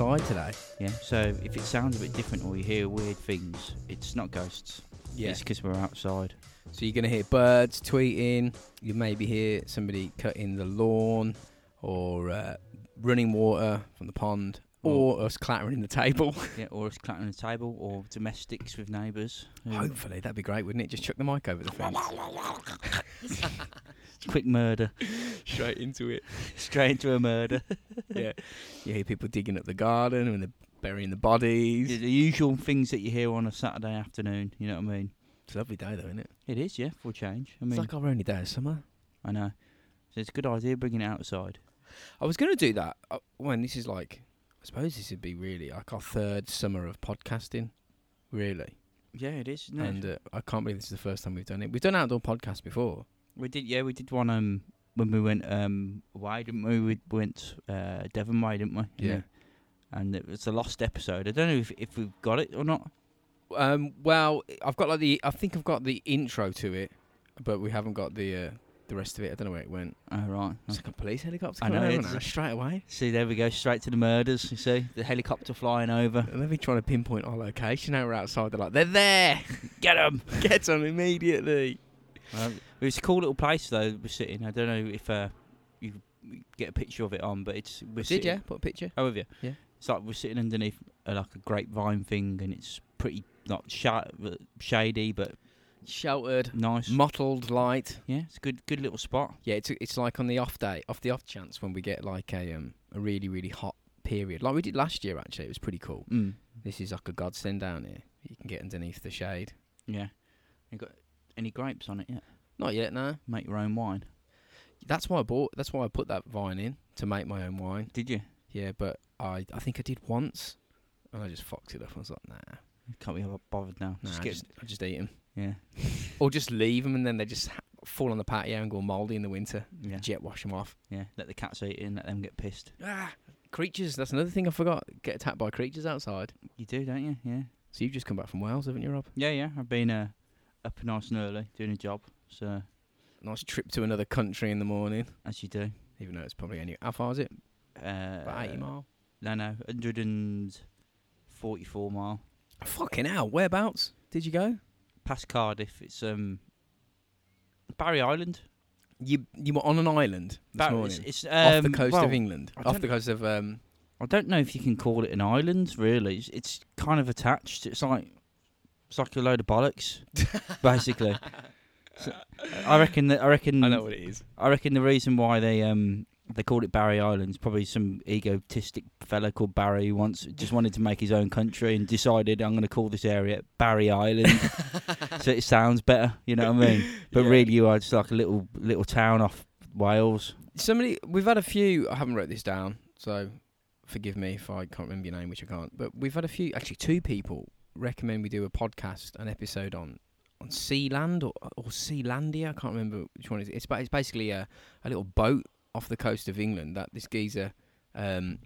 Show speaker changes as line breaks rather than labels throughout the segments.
high today.
Yeah. So if it sounds a bit different or you hear weird things, it's not ghosts.
Yeah.
It's because we're outside.
So you're going to hear birds tweeting. You maybe hear somebody cutting the lawn or uh, running water from the pond or us clattering the table.
Yeah. Or it's clattering the table or domestics with neighbours.
Mm.
who-
Hopefully, that'd be great, wouldn't it? Just chuck the mic over the fence.
Quick murder.
Straight into it.
Straight into a murder.
Yeah. You hear people digging up the garden and they're burying the bodies.
the the usual things that you hear on a Saturday afternoon. You know what I mean?
It's a lovely day, though, isn't it?
It is. Yeah. For a change. I mean,
it's like our only day of summer.
I know. So it's a good idea bringing it outside.
I was going to do that uh, when this is like, I suppose this would be really like our third summer of podcasting, really.
Yeah, it is. No,
And uh, I can't believe this is the first time we've done it. We've done outdoor podcasts before.
we did. Yeah, we did one. Um, when we went um, why didn't we? We went uh, Devon way, didn't we?
Yeah.
And it was the lost episode. I don't know if if we've got it or not.
Um, well, I've got like the, I think I've got the intro to it, but we haven't got the uh, the rest of it. I don't know where it went.
Oh, right.
It's like a police helicopter.
I
coming
know,
over
it's-
now, straight away.
See, there we go. Straight to the murders. You see the helicopter flying over.
And they'll be trying to pinpoint our location. Now we're outside. They're like, they're there.
Get them.
Get them immediately.
Well, it was a cool little place though. We're sitting. I don't know if uh, you get a picture of it on, but it's we're
Did
sitting,
yeah? Put a picture.
Oh, have you?
Yeah.
It's like we're sitting underneath uh, like a grapevine thing, and it's pretty not sha- uh, shady, but
Sheltered,
nice.
mottled light.
yeah, it's a good, good little spot.
Yeah, it's it's like on the off day, off the off chance when we get like a um a really really hot period, like we did last year. Actually, it was pretty cool.
Mm.
This is like a godsend down here. You can get underneath the shade.
Yeah. You got any grapes on it yet?
Not yet, no.
Make your own wine.
That's why I bought. That's why I put that vine in to make my own wine.
Did you?
Yeah, but I I think I did once, and I just fucked it up. I was like, nah,
Can't be bothered now.
nah.
Just
I,
get-
just, I just eat them,
yeah,
or just leave them, and then they just ha- fall on the patio and go mouldy in the winter.
yeah,
Jet wash them off.
yeah. Let the cats eat it and let them get pissed.
Ah, creatures. That's another thing I forgot. Get attacked by creatures outside.
You do, don't you? Yeah.
So you've just come back from Wales, haven't you, Rob?
Yeah, yeah. I've been uh, up nice and early doing a job. So
Nice trip to another country in the morning.
as you do.
Even though it's probably only how far is it?
Uh,
About eighty mile.
No, no, 144 mile
Fucking hell! Whereabouts did you go?
past Cardiff. It's um Barry Island.
You you were on an island this
Barry,
morning,
It's, it's,
off the
um,
coast
well,
of England,
I
off
don't-
the coast of um.
I don't know if you can call it an island. Really, it's, it's kind of attached. It's like it's like a load of bollocks, basically. So, I reckon that I reckon
what it is.
I reckon the reason why they um they called it Barry Island is probably some egotistic fella called Barry who once just wanted to make his own country and decided I'm going to call this area Barry Island, so it sounds better. You know what I mean? But
Yeah.
really, you are just like a little little town off Wales.
Somebody we've had a few. I haven't wrote this down, so forgive me if I can't remember your name, which I can't. But we've had a few, actually two people recommend we do a podcast, an episode on on Sealand or or Sealandia. I can't remember which one it is. It's ba- it's basically a a little boat off the coast of England that this geezer um,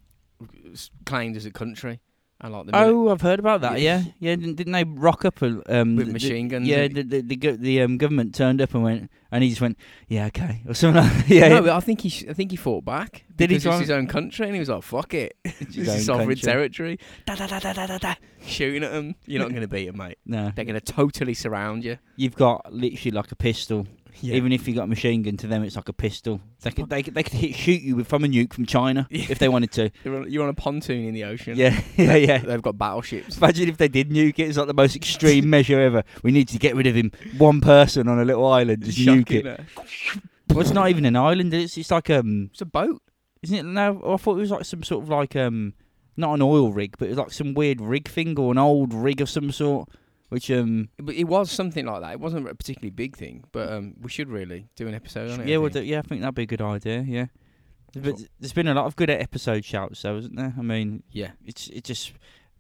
s- claimed as a country. And like the mili-
Oh, I've heard about that. Yeah,
Yeah.
yeah. Didn't, didn't they rock up a, um
with
the-
machine guns.
Yeah,
and-
the the, the, go- the um, government turned up and went, and he just went, yeah, okay, or something. Like yeah,
no, I think he sh- I think he fought back.
Did he
because
try
It's
and-
his own country, and he was like, "Fuck it."
It's his
This is
own
sovereign
country.
territory. Da da da da da da da. Shooting at them. You're not going to beat them, mate.
No,
They're going to totally surround you.
you've got literally like a pistol.
Yeah.
Even if you got a machine gun, to them it's like a pistol. They could they could, they could hit, shoot you with from a nuke from China
Yeah.
if they wanted to.
You're on, you're on a pontoon in the ocean.
Yeah, yeah, yeah.
They've got battleships.
Imagine if they did nuke it. It's like the most extreme measure ever. We need to get rid of him. One person on a little island just nuke
Shocking,
it.
uh,
Well, it's not even an island. It's it's like um,
It's a boat.
isn't it? No, I thought it was like some sort of like um, not an oil rig, but it was like some weird rig thing or an old rig of some sort. Which um,
But it was something like that. It wasn't a particularly big thing, but um, we should really do an episode on it.
yeah,
I
well,
think.
th- yeah, I think that'd be a good idea. Yeah, but
That's
there's been a lot of good episode shouts, though, isn't there? I mean,
Yeah.
it's it just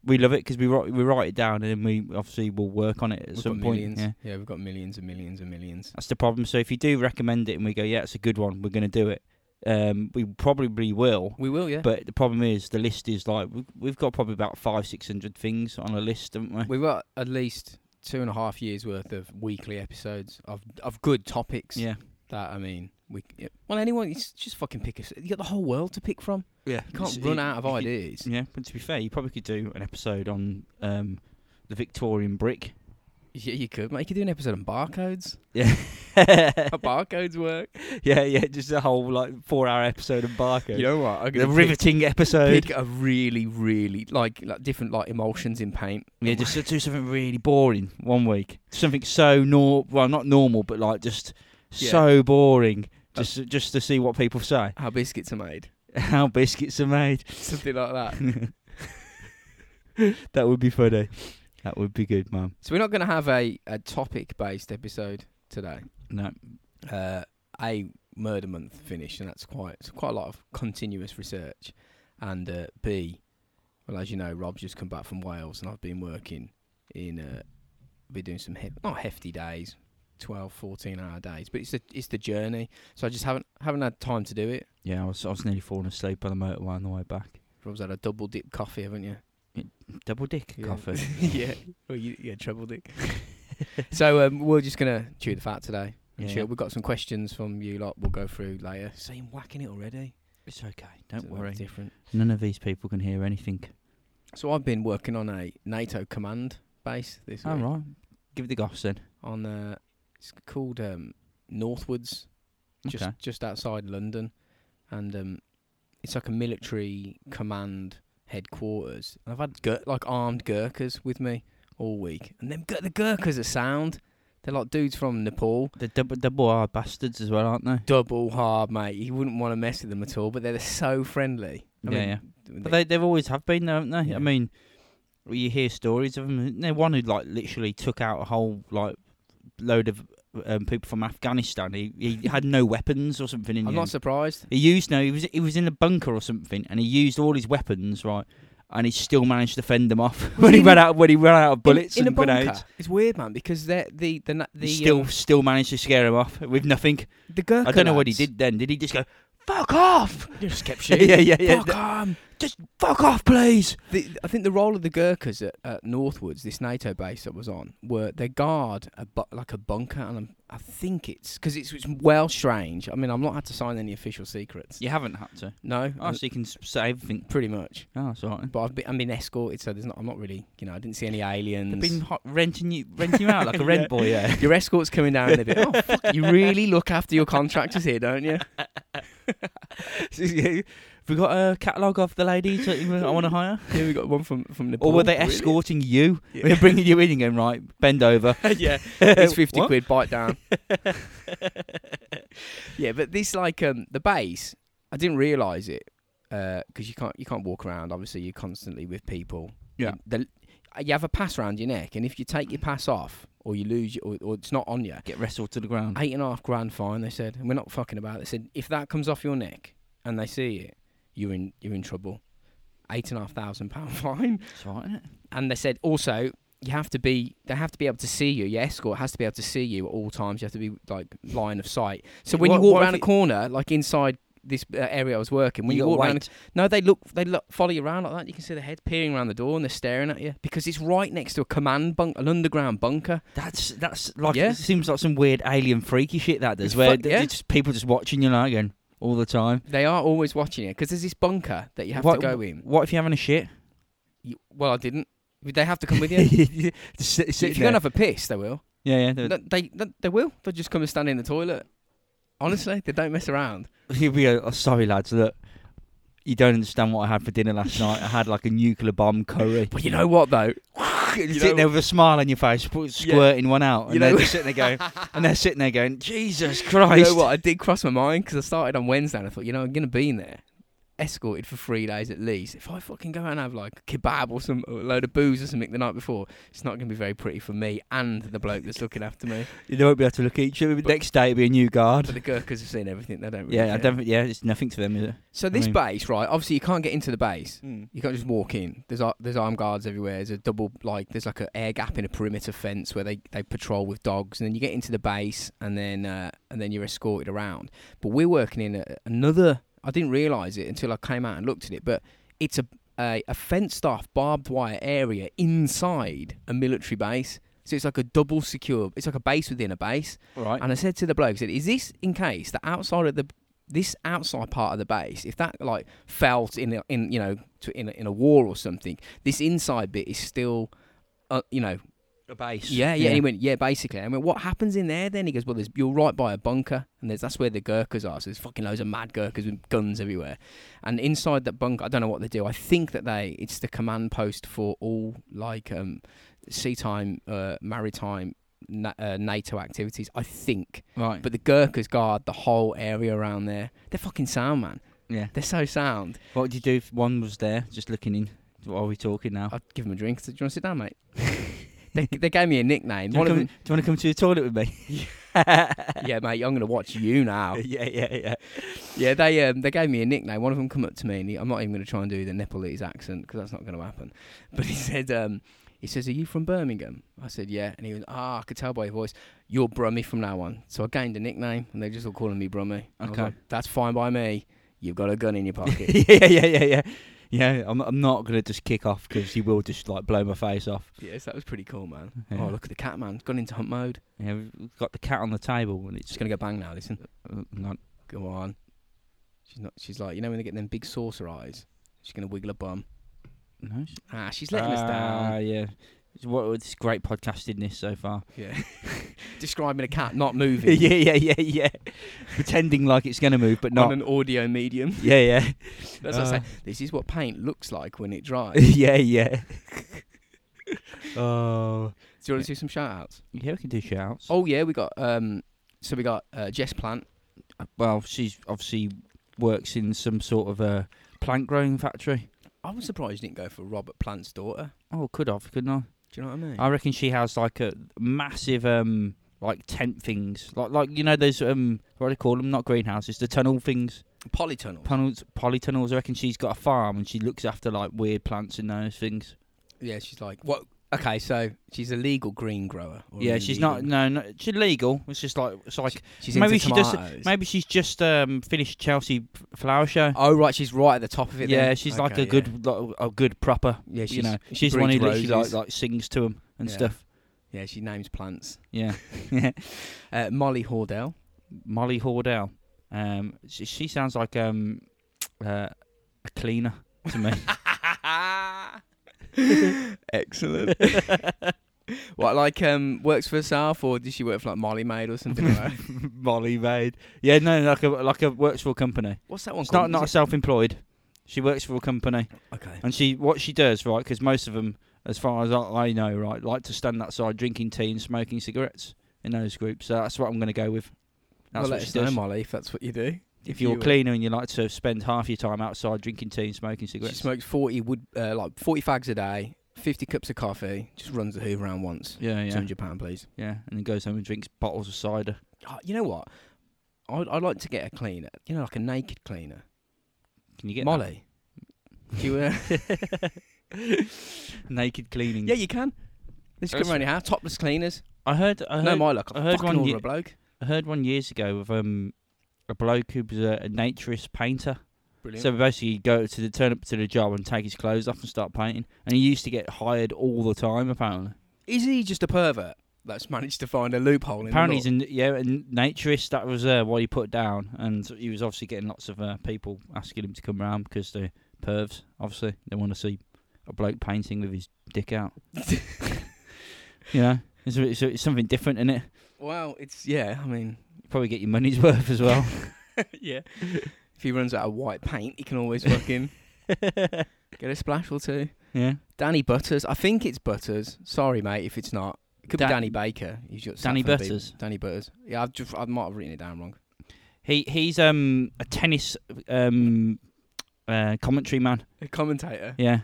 we love it because we write we write it down and then we obviously will work on it at
We've
some
got
point.
millions.
Yeah,
yeah, we've got millions and millions and millions.
that's the problem. So if you do recommend it and we go, yeah, it's a good one, we're going to do it. Um, we probably will.
We will, yeah.
But the problem is the list is like we- we've got probably about five six hundred things on a list, haven't we?
We've got at least two and a half years worth of weekly episodes of of good topics.
yeah,
That I mean, We yeah. well, anyone, it's just fucking pick a. s- You got the whole world to pick from.
Yeah,
You can't run out of ideas.
Yeah, but to be fair, you probably could do an episode on um, the Victorian brick.
Yeah, you could. Mate, you could do an episode on barcodes.
Yeah,
How barcodes work.
yeah, yeah. Just a whole like four-hour episode of Barker.
You know what? I'm
the
gonna pick-
riveting episode.
Pick a really, really like like different like emulsions in paint.
Yeah, just do something really boring one week. Something so nor well, not normal, but like just
Yeah.
so boring. Just just to see what people say.
How biscuits are made.
How biscuits are made.
Something like that.
that would be funny. That would be good, man.
So we're not going to have a, a topic based episode today.
No,
Uh, a murder month finished, and that's quite it's quite a lot of continuous research. And uh, B, well as you know, Rob's just come back from Wales, and I've been working in uh, been doing some hef- not hefty days, 12, 14 hour days, but it's the it's the journey. So I just haven't haven't had time to do it.
yeah, I was I was nearly falling asleep on the motorway on the way back.
Rob's had a double dip coffee, haven't you?
Double dick
Yeah.
coffee.
yeah. Well, you, yeah, treble dick. so um, we're just gonna chew the fat today. And
Yeah.
chill. We've got some questions from you lot. We'll go through later. See, I'm whacking it already.
It's okay. Don't
So that's
worry.
Different.
None of these people can hear anything.
So I've been working on a NATO command base this
All
week.
Oh, right. Give it the goss then.
On uh, it's called um, Northwards, just
Okay.
just outside London, and um, it's like a military command headquarters. And I've had Gur- like armed Gurkhas with me all week, and them Gur- the Gurkhas are sound. They're like dudes from Nepal.
The double double R bastards as well, aren't they?
Double hard, mate. You wouldn't want to mess with them at all, but they're so friendly.
Yeah,
mean,
yeah.
when
But
they-
they they've always have been, though, haven't they?
Yeah.
I mean, well, you hear stories of them. They one who like literally took out a whole like load of um, people from Afghanistan. He he had no weapons or something in.
I'm
the
not
end.
surprised.
He used no. He was he was in a bunker or something, and he used all his weapons right, and he still managed to fend them off when he
in
ran
a-
out when he ran out of bullets
in, in a
and
bunker.
grenades.
It's weird, man, because they're the the na- the
he still
um,
still managed to scare him off with nothing.
the Gurkha
I don't know what he
lads.
did then. Did he just go? Fuck off!
Just kept
yeah,
shooting.
yeah, yeah. yeah.
Fuck 'em.
Just fuck off, please.
The, I think the role of the Gurkhas at, at Northwoods, this NATO base that was on, were they guard a bu- like a bunker, and I'm, I think it's because it's, it's well strange. I mean, I'm not had to sign any official secrets.
You haven't had to.
No,
Oh, so you can s- say everything.
pretty much.
Oh, that's alright.
But I've been, I've been escorted, so there's not. I'm not really, you know, I didn't see any aliens.
They've been hot renting you, renting you out like a rent
Yeah.
boy. Yeah.
Your escort's coming down in a bit. Oh, fuck, you really look after your contractors here, don't you?
we got a catalogue of the ladies that you- I want to hire,
Here we got one from from Nepal.
or were they
Really?
escorting you?
Yeah.
They're bringing you in and going right, bend over.
yeah, it's fifty
What?
quid. Bite down. yeah, but this like um the base, I didn't realise it because you can't you can't walk around. Obviously, you're constantly with people.
Yeah.
The, you have a pass around your neck, and if you take your pass off or you lose your, or, or it's not on you,
Get wrestled to the ground.
eight and a half grand fine. They said, and we're not fucking about. It. They said if that comes off your neck and they see it, you're in you're in trouble. Eight and a half thousand pound fine.
It's alright, isn't it?
And they said also you have to be they have to be able to see you. Your escort has to be able to see you at all times. You have to be like line of sight. So when
What-
you walk
what if
around a
it-
corner, like inside this uh, area I was working, when you,
gotta
walk around,
wait.
no, they look they look follow you around like that. You can see the head peering around the door and they're staring at you because it's right next to a command bunk, an underground bunker.
that's that's like
Yeah.
it seems like some weird alien freaky shit that does,
It's
where
fuck-
th-
yeah.
it's just people just watching you now again all the time.
They are always watching you because there's this bunker that you have
what,
to go in.
What if you're having a shit?
You, well, I didn't. They have to come with you.
Just sit,
if you're
sit there.
gonna have a piss, they will.
yeah, yeah. they're-
No, they no, they will. They'll just come and stand in the toilet. Honestly, they don't mess around.
Here we go. Oh, sorry, lads. Look, you don't understand what I had for dinner last night. I had like a nuclear bomb curry.
But you know what though?
You're
You
sitting
know-
there with a smile on your face, sp- squirting one out, and
You
they're
know-
just sitting there going, and they're sitting there going, Jesus
You
Christ!
know what? I did cross my mind because I started on Wednesday and I thought, you know, I'm gonna be in there, escorted for three days at least. If I fucking go out and have like a kebab or some or a load of booze or something the night before, it's not gonna be very pretty for me and the bloke that's looking after me.
They won't be able to look at each other. But next day, it'll be a new
But
guard.
the Gurkhas have seen everything. They don't. Really
Yeah, I
care.
don't. think- Yeah, it's nothing to them, is it?
So this
mean-
base, right? Obviously, you can't get into the base. You can't just walk in. There's ar- there's armed guards everywhere. There's a double like there's like an air gap in a perimeter fence where they, they patrol with dogs, and then you get into the base, and then uh, and then you're escorted around. But we're working in a, another. I didn't realise it until I came out and looked at it, but it's a a, a fenced off barbed wire area inside a military base. So it's like a double secure. It's like a base within a base.
Right.
And I said to the bloke, I said, "Is this in case the outside of the this outside part of the base, if that like fell to- in a, in you know to, in a, in a war or something, this inside bit is still." Uh, you know,
a base.
yeah, yeah, And he went, yeah, basically. I went, what happens in there then? He goes, well, there's, you're right by a bunker, and there's, that's where the Gurkhas are. So there's fucking loads of mad Gurkhas with guns everywhere. And inside that bunker, I don't know what they do. I think that they, it's the command post for all like um, sea time, uh, maritime, na- uh, NATO activities. I think.
Right. But
But the Gurkhas guard the whole area around there. They're fucking sound, man.
yeah.
They're so sound.
What would you do if one was there, just looking in? What are we talking now?
I'd give them a drink. I said, do you want to sit down, mate? they, they gave me a nickname.
Do you,
One
wanna
of
come,
them,
do you want to come to the toilet with me? yeah,
yeah, mate, I'm going to watch you now.
yeah, yeah.
Yeah, they um, they gave me a nickname. One of them come up to me, and he, I'm not even going to try and do the Nepalese accent because that's not going to happen. But he said, um, he says, "Are you from Birmingham?" I said, "Yeah," and he was, "Ah, I could tell by your voice, you're Brummy from now on." So I gained a nickname, and they just all calling me Brummy. And I was
Okay.
like, that's fine by me. You've got a gun in your pocket.
yeah, yeah, yeah, yeah. Yeah, I'm, I'm not going to just kick off because you will just like blow my face off.
yes, that was pretty cool, man.
Yeah.
Oh, look at the cat, man. Gone into hunt mode.
Yeah, we've got the cat on the table and it's
She's gonna go bang now. Listen,
uh, not.
go on. She's not. She's like, you know, when they get them big saucer eyes, she's gonna wiggle her bum.
No, it's-
Ah, she's letting us down.
Ah, Yeah. It's what it's great podcastingness so far.
Yeah. Describing a cat not moving
yeah, yeah, yeah, yeah. Pretending like it's gonna move, but
on
not.
an audio medium.
yeah, yeah,
That's what I
Uh.
say. This is what paint looks like when it dries.
yeah, yeah. oh.
do you want to do some shout outs?
Yeah, we can do shouts.
Oh, yeah, we got. um So we got uh, Jess Plant.
Well, she's obviously works in some sort of a plant growing factory.
I was surprised you didn't go for Robert Plant's daughter.
Oh, could have, couldn't I?
Do you know what I mean?
I reckon she has like a massive um like tent things, like like you know those um what do they call them? Not greenhouses, the tunnel things,
Polytunnel.
tunnels, polytunnels. I reckon she's got a farm and she looks after like weird plants and those things.
yeah, she's like, what? Okay, so she's a legal green grower. or
yeah,
an
she's
illegal-
not no no she's legal. It's just like it's like
She's
maybe
into
she does-
tomatoes.
maybe she's just um finished Chelsea f- flower show.
Oh, right, she's right at the top of it.
yeah,
then.
she's like
Okay,
a good like, a good proper.
Yeah, yeah she's,
you know,
she
she's the one who
breeds
literally like,
roses.
like sings to them and
Yeah.
stuff.
Yeah, she names plants.
Yeah,
Uh, Molly Hordell.
Molly Hordell. Um, she, she sounds like um uh, a cleaner to me.
Excellent. what, like, um, works for herself, or does she work for like Molly Maid or something? like that?
Molly made. Yeah, no, like a like a works for a company.
What's that one
It's
called?
not not
Is
self-employed. She works for a company,
it- okay.
and she what she does right because most of them, as far as I, I know, right, like to stand outside drinking tea and smoking cigarettes in those groups. So that's what I'm going to go with.
Well,
That's
let
what she
us know,
does.
Molly, if that's what you do.
if you're a
you- uh,
cleaner and you like to spend half your time outside drinking tea and smoking
She
cigarettes,
smokes forty wood, uh, like forty fags a day, fifty cups of coffee. Just runs the Hoover round once.
yeah,
Two
yeah,
hundred pound, please.
yeah, and then goes home and drinks bottles of cider.
Oh, you know what? I'd, I'd like to get a cleaner. You know, like a naked cleaner.
Can you get that?
Molly. Do you, uh,
naked cleaning?
yeah, you can. They should come
That's-
around your house, topless cleaners.
I heard. I heard.
no, my luck.
I
I
heard
heard fucking
one
order
ye-
a bloke.
I heard one years ago of um a bloke who was a, a naturist painter.
Brilliant.
So basically, he'd go to the turn up to the job and take his clothes off and start painting. And he used to get hired all the time. Apparently,
Is he just a pervert that's managed to find a loophole in
apparently he's
the law?
a n- yeah a n- naturist. That was uh, what he put down, and he was obviously getting lots of uh, people asking him to come round because they're pervs. Obviously, they want to see a bloke painting with his dick out. you know, it's, it's, it's something different in it.
Well, it's yeah. I mean,
You probably get your money's worth as well.
yeah. If he runs out of white paint, he can always fucking get a splash or two.
yeah.
Danny Butters, I think it's Butters. Sorry, mate, if it's not. It could
Da-
be Danny Baker. He's just sat
Danny
for the people.
Butters?
Danny Butters. Yeah, I've just I might have written it down wrong.
He he's um a tennis um uh commentary man.
A commentator.
Yeah.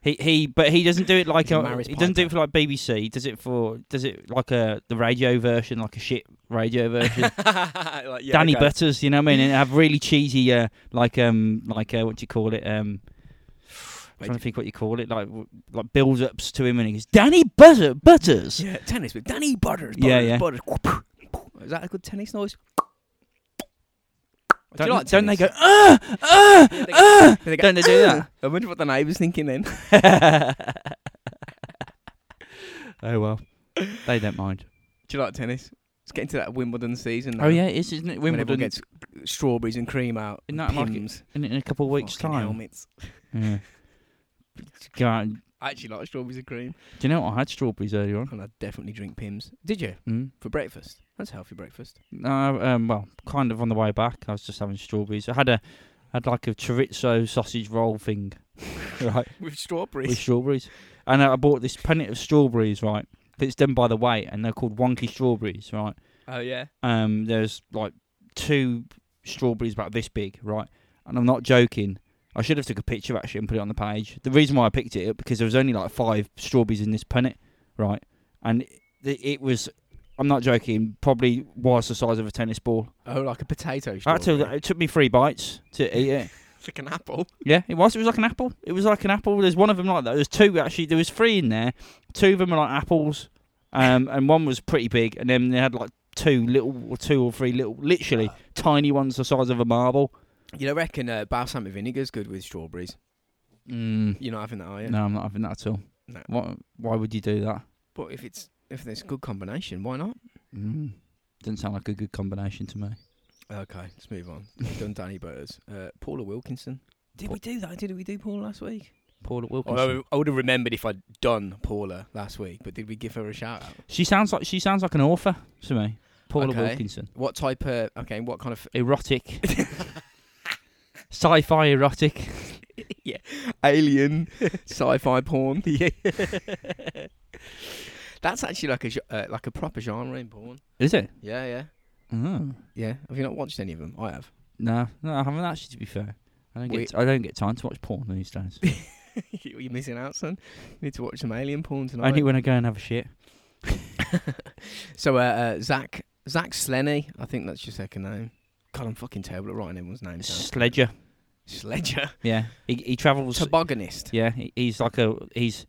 He he but he doesn't do it like
He's a
a,
Maris
he doesn't do it
Piper.
for like BBC. He does it for does it like a the radio version, like a shit radio version.
Like, yeah,
Danny
okay.
Butters, you know what I mean? And have really cheesy uh like um like uh, what do you call it? Um I'm
Wait.
trying to think what you call it, like w- like build ups to him and he goes, Danny Butter Butters
Yeah, tennis with Danny Butters.
Yeah,
Butters,
yeah.
Butters. Is that a good tennis noise? Do
Don't,
you like
don't they
tennis?
go, ah, ah,
Yeah, they go,
ah.
They go,
Don't they do that?
I wonder what the neighbours thinking then.
oh well. They don't mind.
Do you like tennis? It's getting to that Wimbledon season now.
Oh yeah, it is, isn't it?
When everyone
Wimbledon
gets strawberries and cream out.
Isn't
and
that like it?
pims.
in, in a couple of weeks'
Fucking
time.
Helmets.
Yeah. Go out and-
I actually like strawberries and cream.
do you know what? I had strawberries earlier on.
And I definitely drink Pims. Did you?
Mm.
For breakfast? That's healthy breakfast.
No, um, well, kind of on the way back, I was just having strawberries. I had a, had like a chorizo sausage roll thing, right,
With strawberries.
with strawberries, and I bought this packet of strawberries, right. It's done by the weight, and they're called wonky strawberries, right.
oh yeah.
um, there's like two strawberries about this big, right? And I'm not joking. I should have took a picture actually and put it on the page. The reason why I picked it up because there was only like five strawberries in this punnet, right? And it, it was, I'm not joking, probably was the size of a tennis ball.
Oh, like a potato.
I had
strawberry.
to, it took me three bites to eat it.
It's like an apple.
Yeah, it was. It was like an apple. It was like an apple. There's one of them like that. There's two actually. There was three in there. Two of them were like apples, um, and one was pretty big. And then they had like two little, or two or three little, literally
Ah.
tiny ones the size of a marble.
You know, reckon uh, balsamic vinegar's good with strawberries.
Mm,
You're not having that, are you?
No, I'm not having that at all.
No.
What? Why would you do that?
But if it's if there's a good combination, why not?
Mm. Doesn't sound like a good combination to me.
Okay, let's move on. We've done Danny Burters. Uh, Paula Wilkinson. Did we do that? Did we do Paula last week?
Paula
Although
Wilkinson.
I would have remembered if I'd done Paula last week, but did we give her a shout out?
She sounds like she sounds like an author to me. Paula
Okay.
Wilkinson.
What type of okay? What kind of
Erotic. Sci-fi erotic.
alien sci-fi porn? That's actually like a gen- uh, like a proper genre in porn.
Is it?
Yeah, yeah,
Oh.
yeah. Have you not watched any of them? I have.
No, no, I haven't actually. To be fair, I don't
We-
get t- I don't get time to watch porn these days.
You're missing out, son. You need to watch some alien porn tonight.
Only when I go and have a shit.
So uh, uh, Zach Zach Slenny, I think that's your second name. God, I'm fucking terrible at writing everyone's names. down.
Sledger.
Sledger,
Yeah, he he travels.
tobogganist.
yeah, he, he's like a he's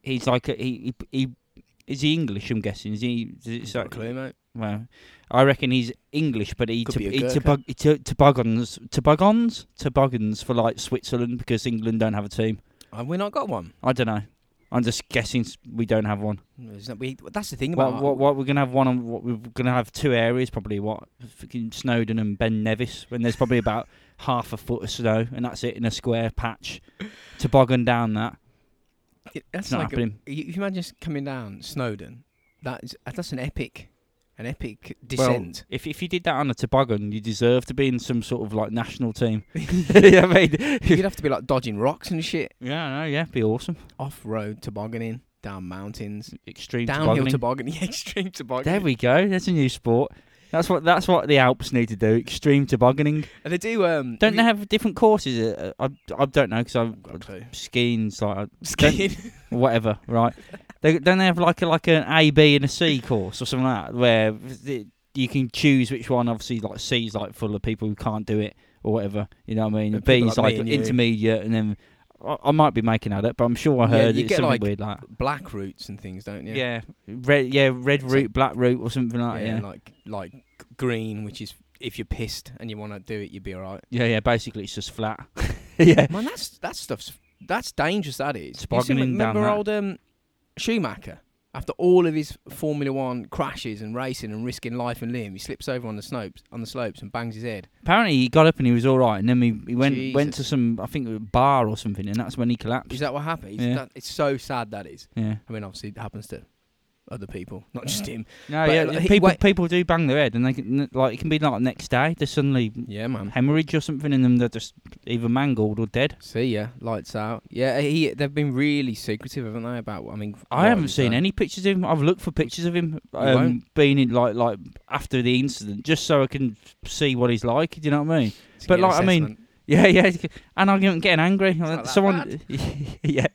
he's like a he he. he is he English? I'm guessing. Is he? Is it,
Got a clue, mate.
well, I reckon he's English, but he,
Could
to,
be a
he
Gurkha.
tobog, he to, toboggans, toboggans, toboggans for like Switzerland because England don't have a team.
Have Uh, we not got one?
I don't know. I'm just guessing s- we don't have one.
Is that- we- that's the thing
Well,
about
what, what we're gonna have one on what we're gonna have two areas probably what fucking Snowden and Ben Nevis when there's probably about half a foot of snow and that's it in a square patch toboggan down that
It- that's
it's not
like a,
happening
you, if you imagine just coming down Snowden. That is uh, that's an epic, an epic
Well,
descent.
if if you did that on a toboggan you deserve to be in some sort of like national team yeah I mean,
You'd have to be like dodging rocks and shit,
yeah I know, yeah be awesome
off road tobogganing down mountains,
extreme
downhill
tobogganing.
toboggan, yeah, extreme toboggan.
there we go that's a new sport that's what that's what the Alps need to do extreme tobogganing
And they do. Um,
don't
have
they have different courses Uh, I I don't know because
you-
I've
Got a clue.
skiing's like I-
Skiing.
whatever, right? they don't they have like a, like an A, B, and a C course or something like that, where th- you can choose which one. Obviously, like C's like full of people who can't do it or whatever. You know what I mean?
And people
B's
like me
like,
and you.
intermediate, and then I, I might be making that up, but I'm sure I
Yeah,
heard
you
it's
get,
something
like,
weird like
black roots and things, don't you?
yeah. red yeah red
So-
root, black root, or something like that.
yeah,
Yeah, yeah,
like like green, which is if you're pissed and you want to do it, you'd be alright.
yeah. Basically, it's just flat. yeah,
Man, that's that stuff's that's dangerous. That is. You see,
Tobogganing down
remember
that.
old um, Schumacher? After all of his Formula One crashes and racing and risking life and limb, he slips over on the slopes on the slopes and bangs his head.
apparently he got up and he was all right, and then he, he went went
Jesus.
to some I think a bar or something, and that's when he collapsed.
Is that what happened?
Yeah.
That, it's so sad. That is.
Yeah.
I mean, obviously, it happens to other people, not just him.
No,
But,
yeah,
uh,
like,
he-
people
wait-
people do bang their head, and they can n- like it can be like next day they suddenly
Yeah, man.
hemorrhage or something, and then they're just either mangled or dead.
See ya, lights out. Yeah, he. They've been really secretive, haven't they? About I mean,
I
what
haven't
he's
seen
done.
any pictures of him. I've looked for pictures of him um,
won't?
being in like like after the incident, just so I can see what he's like. Do you know what I mean?
It's a
but,
good
like, I mean,
assessment.
Yeah, yeah, and I'm getting- getting angry.
not that
Someone, yeah,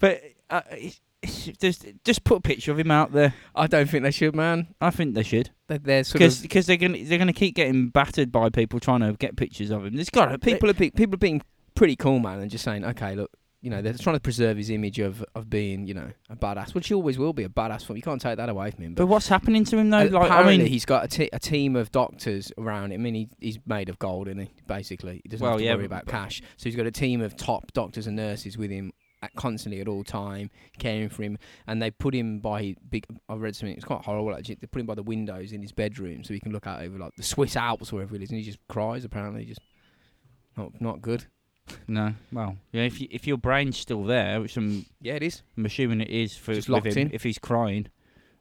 but uh, it's, it's just just put a picture of him out there.
I don't think they should, man.
I think they should.
They're, they're sort
because
of
they're gonna they're gonna keep getting battered by people trying to get pictures of him. There's got to
people are be, people are being pretty cool, man, and just saying, okay, look, you know, they're trying to preserve his image of of being, you know, a badass, which he always will be a badass. For you can't take that away from him.
But
But,
what's happening to him though? Like, I
apparently,
mean,
he's got a, t- a team of doctors around him. I mean, he, he's made of gold, isn't he? Basically, he doesn't
Well,
have to
yeah,
worry
but-
about cash. So he's got a team of top doctors and nurses with him. at constantly at all time, caring for him. And they put him by big. I read something. It's quite horrible actually. They put him by the windows in his bedroom so he can look out over like the Swiss Alps or wherever it is, and he just cries. Apparently, just not not good.
No. Well, yeah. If you, if your brain's still there, which I'm,
Yeah, it is.
I'm assuming it is for
Just
with
locked
him,
in.
if he's crying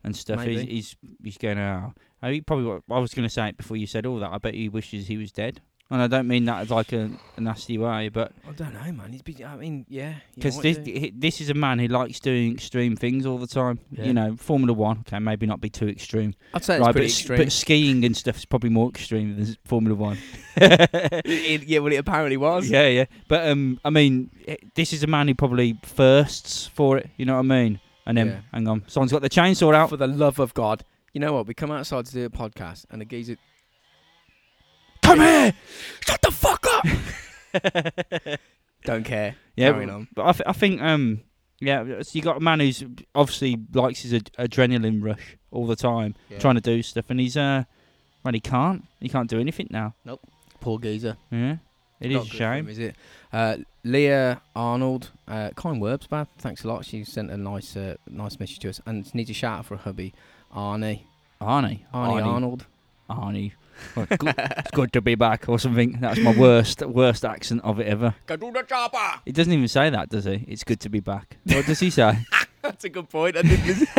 and stuff, he's,
Maybe.
he's he's going out. Oh, he probably. wa- I was going to say it before you said all that. I bet he wishes he was dead. And I don't mean that as like a, a nasty way, but
I don't know, man. He's. Been, I mean, yeah. you
because
might
this
do.
he- this is a man who likes doing extreme things all the time.
Yeah.
You know, Formula One. Okay, maybe not be too extreme.
I'd say it's
but,
pretty
s-
extreme.
but skiing and stuff is probably more extreme than s- Formula One.
It- yeah, well, it apparently was.
Yeah, yeah. But um, I mean, eh, this is a man who probably firsts for it. You know what I mean? And then,
Yeah.
hang on, someone's got the chainsaw out.
For the love of God. You know what? We come outside to do a podcast and the geezer.
Come here!
Shut the fuck up! Don't care.
Yeah,
Carrying
but,
on.
but I, th- I think um, yeah. So you got a man who's obviously likes his ad- adrenaline rush all the time, trying to do stuff, and he's uh, well, he can't. He can't do anything now.
Poor geezer.
Yeah, it is
Not
a
good for
shame.
him, is it? Uh, Leah Arnold, uh, kind words, bad. Thanks a lot. She sent a nice, uh, nice message to us, and needs a shout out for hubby, Arnie.
Arnie,
Arnie, Arnold.
Arnie. Well, good- it's good to be back or something. That's my worst worst accent of it ever.
Go do the chopper.
He doesn't even say that, does he? It's good to be back. What does he say?
That's a good point. I didn't listen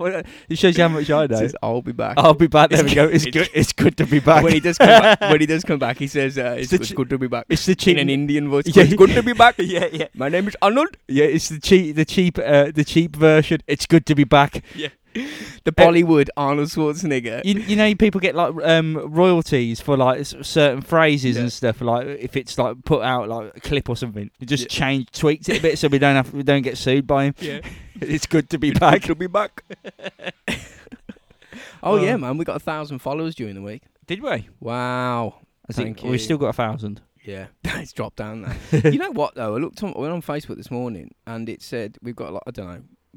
well, it shows you how much I know.
Says, I'll be back.
I'll be back. There
It's
we go.
good-
It's
it's-
good. It's good to be back.
When he does come back, when he does come back, he says, uh, it's,
the
it's
ch-
good to be back."
it's the
In
cheap.
an Indian voice,
Yeah.
it's good to be back.
yeah, yeah,
My name is Arnold.
yeah. It's the cheap, the cheap, uh, the cheap version. It's good to be back.
The
Eh.
Bollywood Arnold Schwarzenegger.
You, you know, people get like um, royalties for like s- certain phrases
Yeah.
and stuff. Like if it's like put out like a clip or something, you just
Yeah.
change, tweaked it a bit so we don't have, we don't get sued by him.
Yeah.
It's good to be
It's
back.
good to be back. oh,
Oh.
yeah, man. We got a thousand followers during the week.
Did we?
Wow.
I think
Thank you.
we've still got a thousand.
Yeah, it's dropped down there. you know what though? I looked on, I went on Facebook this morning and it said we've got like I don't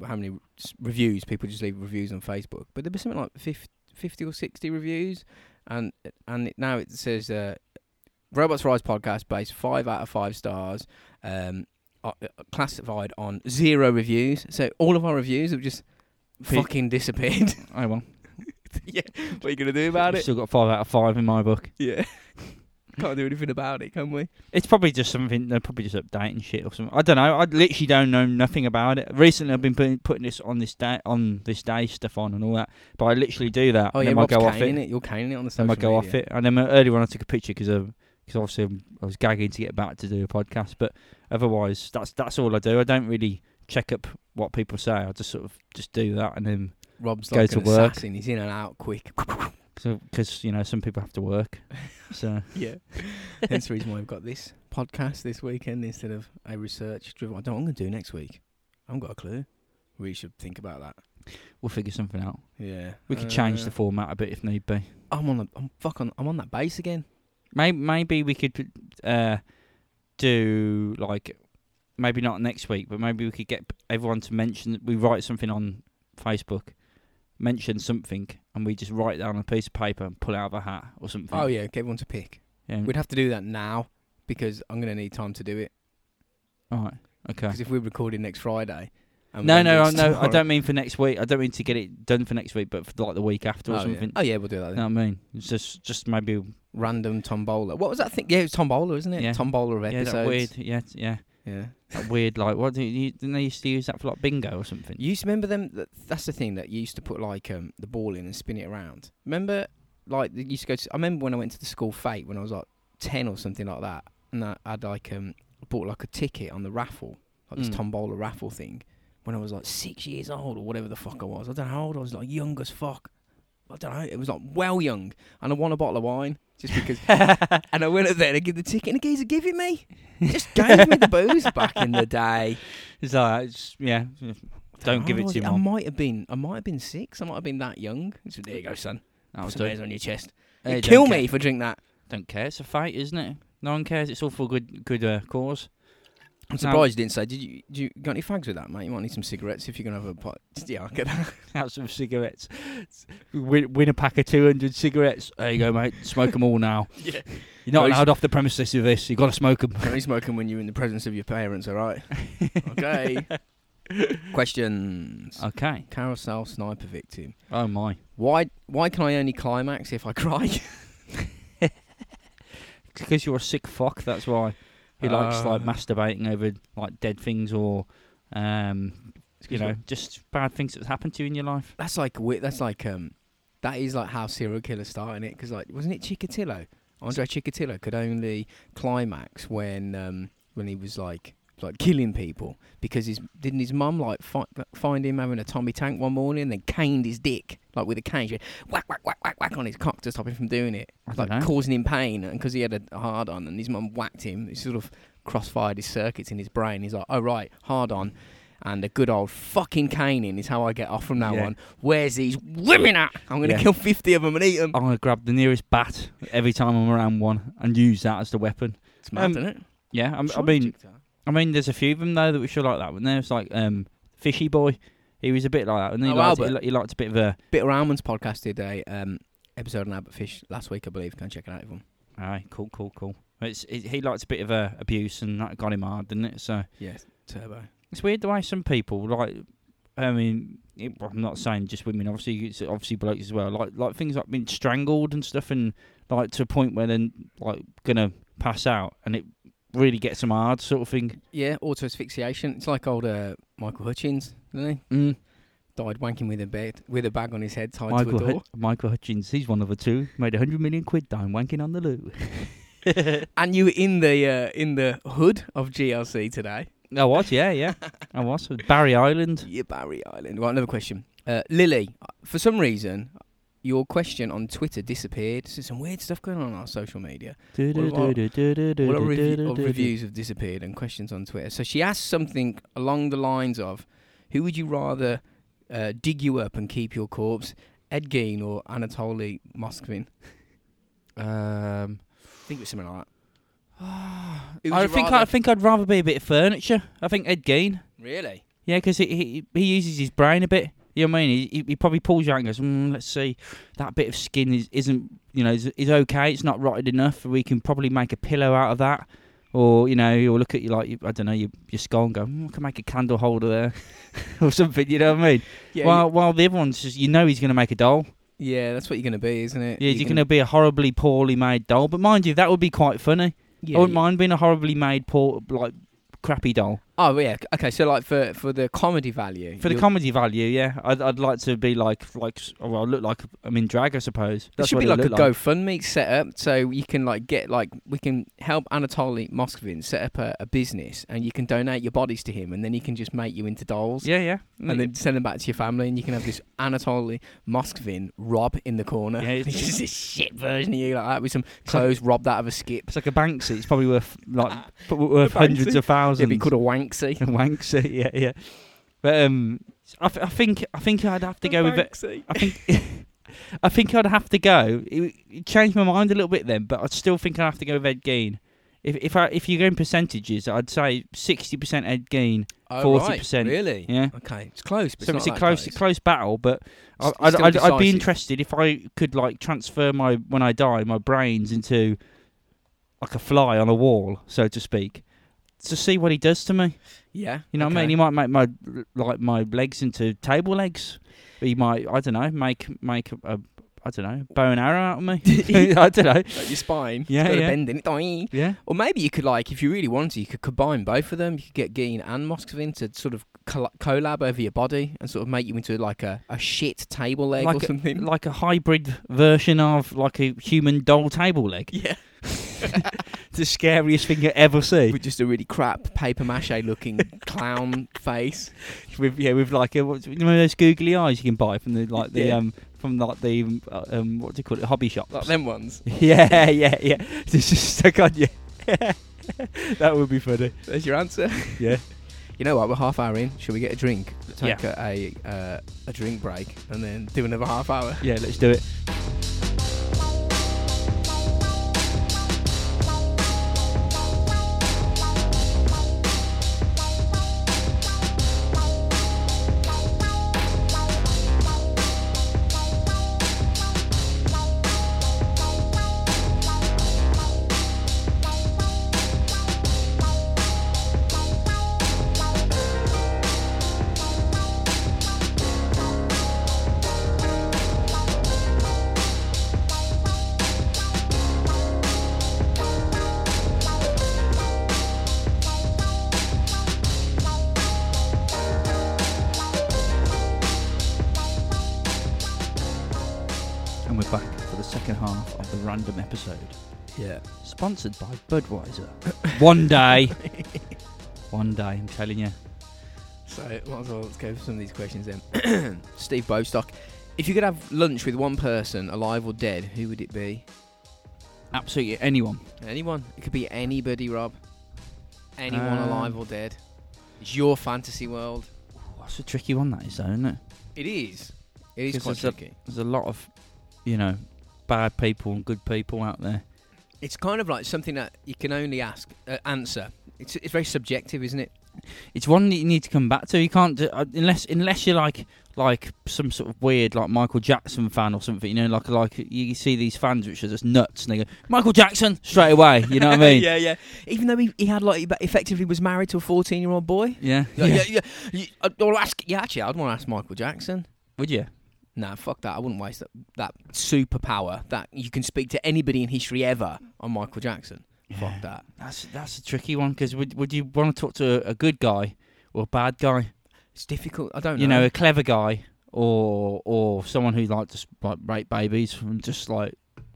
know how many s- reviews people just leave reviews on Facebook, but there was something like 50, 50 or sixty reviews, and and it, now it says uh, Robots Rise podcast based five out of five stars, um, uh, uh, classified on zero reviews. So all of our reviews have just
Pe-
fucking disappeared.
Oh well,
yeah, what are you gonna do about
we've
it?
still got five out of five in my book.
Yeah, can't do anything about it, can we?
It's probably just something they're probably just updating shit or something. I don't know. I literally don't know nothing about it. Recently, I've been putting, putting this on this day on this day stuff on and all that, but I literally do that.
Oh
and
yeah,
then I
Rob's
go off
caning
it.
it. You're caning it on the
Then
social
I go
media.
off it. And then uh, earlier on, I took a picture because because obviously I'm, I was gagging to get back to do a podcast. But otherwise, that's that's all I do. I don't really check up what people say. I just sort of just do that and then
Rob's
Go
like
to
an
work.
assassin. He's in and out quick.
because you know some people have to work. So
yeah. Hence the reason why we've got this podcast this weekend instead of a research driven. I don't know what I'm going to do next week. I haven't got a clue. We should think about that.
we'll figure something out.
Yeah.
We could change
Uh,
the format a bit if need be.
I'm on the. I'm fuck on. I'm on that bass again.
Maybe maybe we could uh, do like maybe not next week, but maybe we could get p- everyone to mention. We write something on Facebook, mention something, and we just write down on a piece of paper and pull it out of a hat or something.
Oh yeah, get everyone to pick.
yeah.
We'd have to do that now because I'm going to need time to do it.
All right. Okay.
Because if we're recording next Friday. And
No,
we're
no,
gonna
I-
do it
no. I
tomorrow-
don't mean for next week. I don't mean to get it done for next week, but for like the week after or
Oh yeah.
something.
oh yeah, we'll do that. Then.
You know what I mean? It's just, just maybe.
Random tombola. What was that thing? Yeah, it was tombola, isn't it?
Yeah.
Tombola of
Yeah,
episodes.
that weird. Yeah, t- yeah.
Yeah.
That weird. Like, what do you? Didn't they used to use that for like bingo or something?
You used to remember them? th- That's the thing that you used to put like um, the ball in and spin it around. Remember, like you used to go. To, I remember when I went to the school fete when I was like ten or something like that, and I had like um bought like a ticket on the raffle, like this
Mm.
tombola raffle thing, when I was like six years old or whatever the fuck I was. I don't know how old I was. Like young as fuck. I don't know. It was like well young, and I won a bottle of wine just because. and I went up there to give the ticket, and the geezer give it me. Just gave me the booze back in the day.
It's like, it's, yeah. Don't give
How
it
old was
to your
Oh, I
mum.
might have been. I might have been six. I might have been that young. So there you go, son.
That was
Put some
dope.
hairs on your chest.
Hey,
It'd kill
don't
me
care.
if I drink that.
Don't care. It's a fight, isn't it? No one cares. It's all for good, good uh, cause.
I'm surprised you didn't say. Did you? Do you got any fags with that, mate? You might need some cigarettes if you're gonna have a pot. Yeah, I'll get that.
Have some cigarettes. Win, win a pack of two hundred cigarettes. There you go, mate. Smoke 'em all now.
yeah.
You're not
Well, he's-
allowed off the premises with this. You've got to smoke 'em.
Only smoking when you're in the presence of your parents, all right? Okay. Questions.
Okay.
Carousel sniper victim.
Oh my.
Why why can I only climax if I cry?
Because you're a sick fuck. That's why he likes like
Uh.
masturbating over like dead things or, um, you
Excuse
know,
me.
just bad things that's happened to you in your life.
that's like wi- that's like um that is like how serial killers start in it because like wasn't it Chicatillo? Andre Chicatillo could only climax when um when he was like like killing people because his didn't his mum like fi- find him having a Tommy tank one morning and then caned his dick like with a cane she went, whack whack whack whack whack on his cock to stop him from doing it
I don't
like
know.
causing him pain and because he had a hard on and his mum whacked him it sort of crossfired his circuits in his brain he's like oh right hard on and a good old fucking caning is how I get off from now
Yeah.
on where's these women at I'm gonna
Yeah.
kill 50 of them and eat them
I'm gonna grab the nearest bat every time I'm around one and use that as the weapon.
it's mad
um,
isn't it
Yeah, I'm, I
Sure,
mean,
Chick-Tail.
I mean, there's a few of them though that were sure like that. Wasn't there? It's like um, Fishy Boy. He was a bit like that, and he,
Oh,
liked, he,
Albert.
li- he liked a bit of a.
Bitter Almonds podcast today um episode on Albert Fish last week I believe go and check it out if you want
Aye, cool, cool, cool. It's it, he liked a bit of a abuse, and that got him hard, didn't it? So
yes Turbo
it's weird the way some people like. I mean, it, well, I'm not saying just women. Obviously, it's obviously blokes as well. Like like things like being strangled and stuff, and like to a point where they're like gonna pass out, and it really gets them hard, sort of thing.
yeah auto asphyxiation it's like old uh, Michael Hutchins didn't he
Mm.
died wanking with a bed with a bag on his head tied
Michael,
to a door
Hut- Michael Hutchins, he's one of the two. Made a hundred million quid down wanking on the loo.
And you were in the uh, in the hood of GLC today.
I was, yeah, yeah. I was. Barry Island.
Yeah, Barry Island. Right, another question. Uh, Lily, for some reason, your question on Twitter disappeared. There's some weird stuff going on on our social media. All our revi- of reviews have disappeared and questions on Twitter. So she asked something along the lines of, "Who would you rather uh, dig you up and keep your corpse, Ed Gein or Anatoly Moskvin?"
Um,
I think it was something like that. Who would
I
you
think I
rather-
think I'd rather be a bit of furniture. I think Ed Gein.
really.
Yeah, because he, he he uses his brain a bit. You know what I mean? He, he probably pulls you out and goes, mm, "Let's see, that bit of skin is, isn't you know is, is okay. It's not rotted enough. We can probably make a pillow out of that." Or you know, he'll look at you like you- I don't know your your skull and go, mm, "I can make a candle holder there," or something. You know what I mean?
Yeah,
while while the other one's just you know he's going to make a doll.
you- yeah, that's what you're gonna be, isn't it?
Yeah, you're going to be a horribly poorly made doll. But mind you, that would be quite funny.
Yeah,
I wouldn't
you-
mind being a horribly made poor like crappy doll.
Oh yeah. Okay. So like for for the comedy value.
For the
you'll-
comedy value, yeah, I'd, I'd like to be like like s- oh, well, I look like I'm in drag, I suppose.
It
That's
should
what
be
it'd
like a
look
GoFundMe set up, so you can like get like we can help Anatoly Moskvin set up a, a business, and you can donate your bodies to him, and then he can just make you into dolls,
Yeah, yeah,
and then send them back to your family, and you can have this Anatoly Moskvin Rob in the corner.
Yeah, it's-
it's just this shit version of you like that with some
It's like-
clothes. Rob that of a skip.
it's like a Banksy. It's probably worth like p- worth hundreds
Banksy.
of thousands.
It'd be called a wanksy.
a Wanksy. Yeah, yeah. But um, I, th- I think I think I'd have to go with it.
Banksy.
I think I think I'd have to go. It, it changed my mind a little bit then, but I still think I'd have to go with Ed Gein. If if I if you're going percentages, I'd say sixty percent Ed Gein.
Oh, right,
40%.
Really?
Yeah.
Okay, it's close, but
so
it's,
it's a
not that
close,
close.
close battle, but
It's-
I-
it's
I'd,
still
I'd, I'd be
decisive.
interested if I could like transfer my when I die my brains into like a fly on a wall, so to speak, to see what he does to me.
Yeah.
You know what I mean? He might make my like my legs into table legs. He might I don't know make make a I don't know bow and arrow out of me. I don't know.
Like your spine.
Yeah,
it's got
yeah.
a bend in it. Doing.
Yeah.
Or maybe you could like, if you really wanted, you could combine both of them. You could get Gein and Moskvin to sort of coll- collab over your body and sort of make you into like a, a shit table leg
Like
or
a-
something.
Like a hybrid version of like a human doll table leg.
yeah,
the scariest thing you ever see.
with just a really crap paper mache looking clown face.
with yeah, with like a, what's, you know those googly eyes you can buy from the like the
Yeah.
um from like the um, uh, um what do you call it hobby shop.
Like them ones.
yeah, yeah, yeah. Just just stuck on you. that would be funny.
There's your answer.
Yeah.
You know what? We're half hour in. Should we get a drink? Take a a, uh, a drink break and then do another half hour.
Yeah, let's do it. and we're back for the second half of the random episode,
Yeah.
sponsored by Budweiser. One day, one day, I'm telling you.
So might as well let's go for some of these questions then. Steve Bostock, if you could have lunch with one person, alive or dead, who would it be?
Absolutely anyone.
Anyone. It could be anybody, Rob. Anyone
Um,
alive or dead. It's your fantasy world.
That's a tricky one, that is, though, isn't it?
It is. It is
Because
quite
it's a-
tricky.
There's a lot of, you know, bad people and good people out there.
It's kind of like something that you can only ask, uh, answer. It's, it's very subjective, isn't it?
It's one that you need to come back to. You can't do, uh, unless unless you're like like some sort of weird like Michael Jackson fan or something. You know, like like you see these fans which are just nuts and they go Michael Jackson straight away. You know what I mean?
yeah, yeah. Even though he, he had like he ba- effectively was married to a fourteen-year-old boy.
Yeah.
Yeah,
Yeah.
yeah, yeah. You- I'd- I'll ask. Yeah, actually, I'd want to ask Michael Jackson.
Would you?
Nah, fuck that. I wouldn't waste that, that superpower that you can speak to anybody in history ever on Michael Jackson. Fuck that.
That's that's a tricky one because would would you want to talk to a, a good guy or a bad guy?
It's difficult. I don't
You know,
know.
a clever guy or or someone who like just like rape babies and just like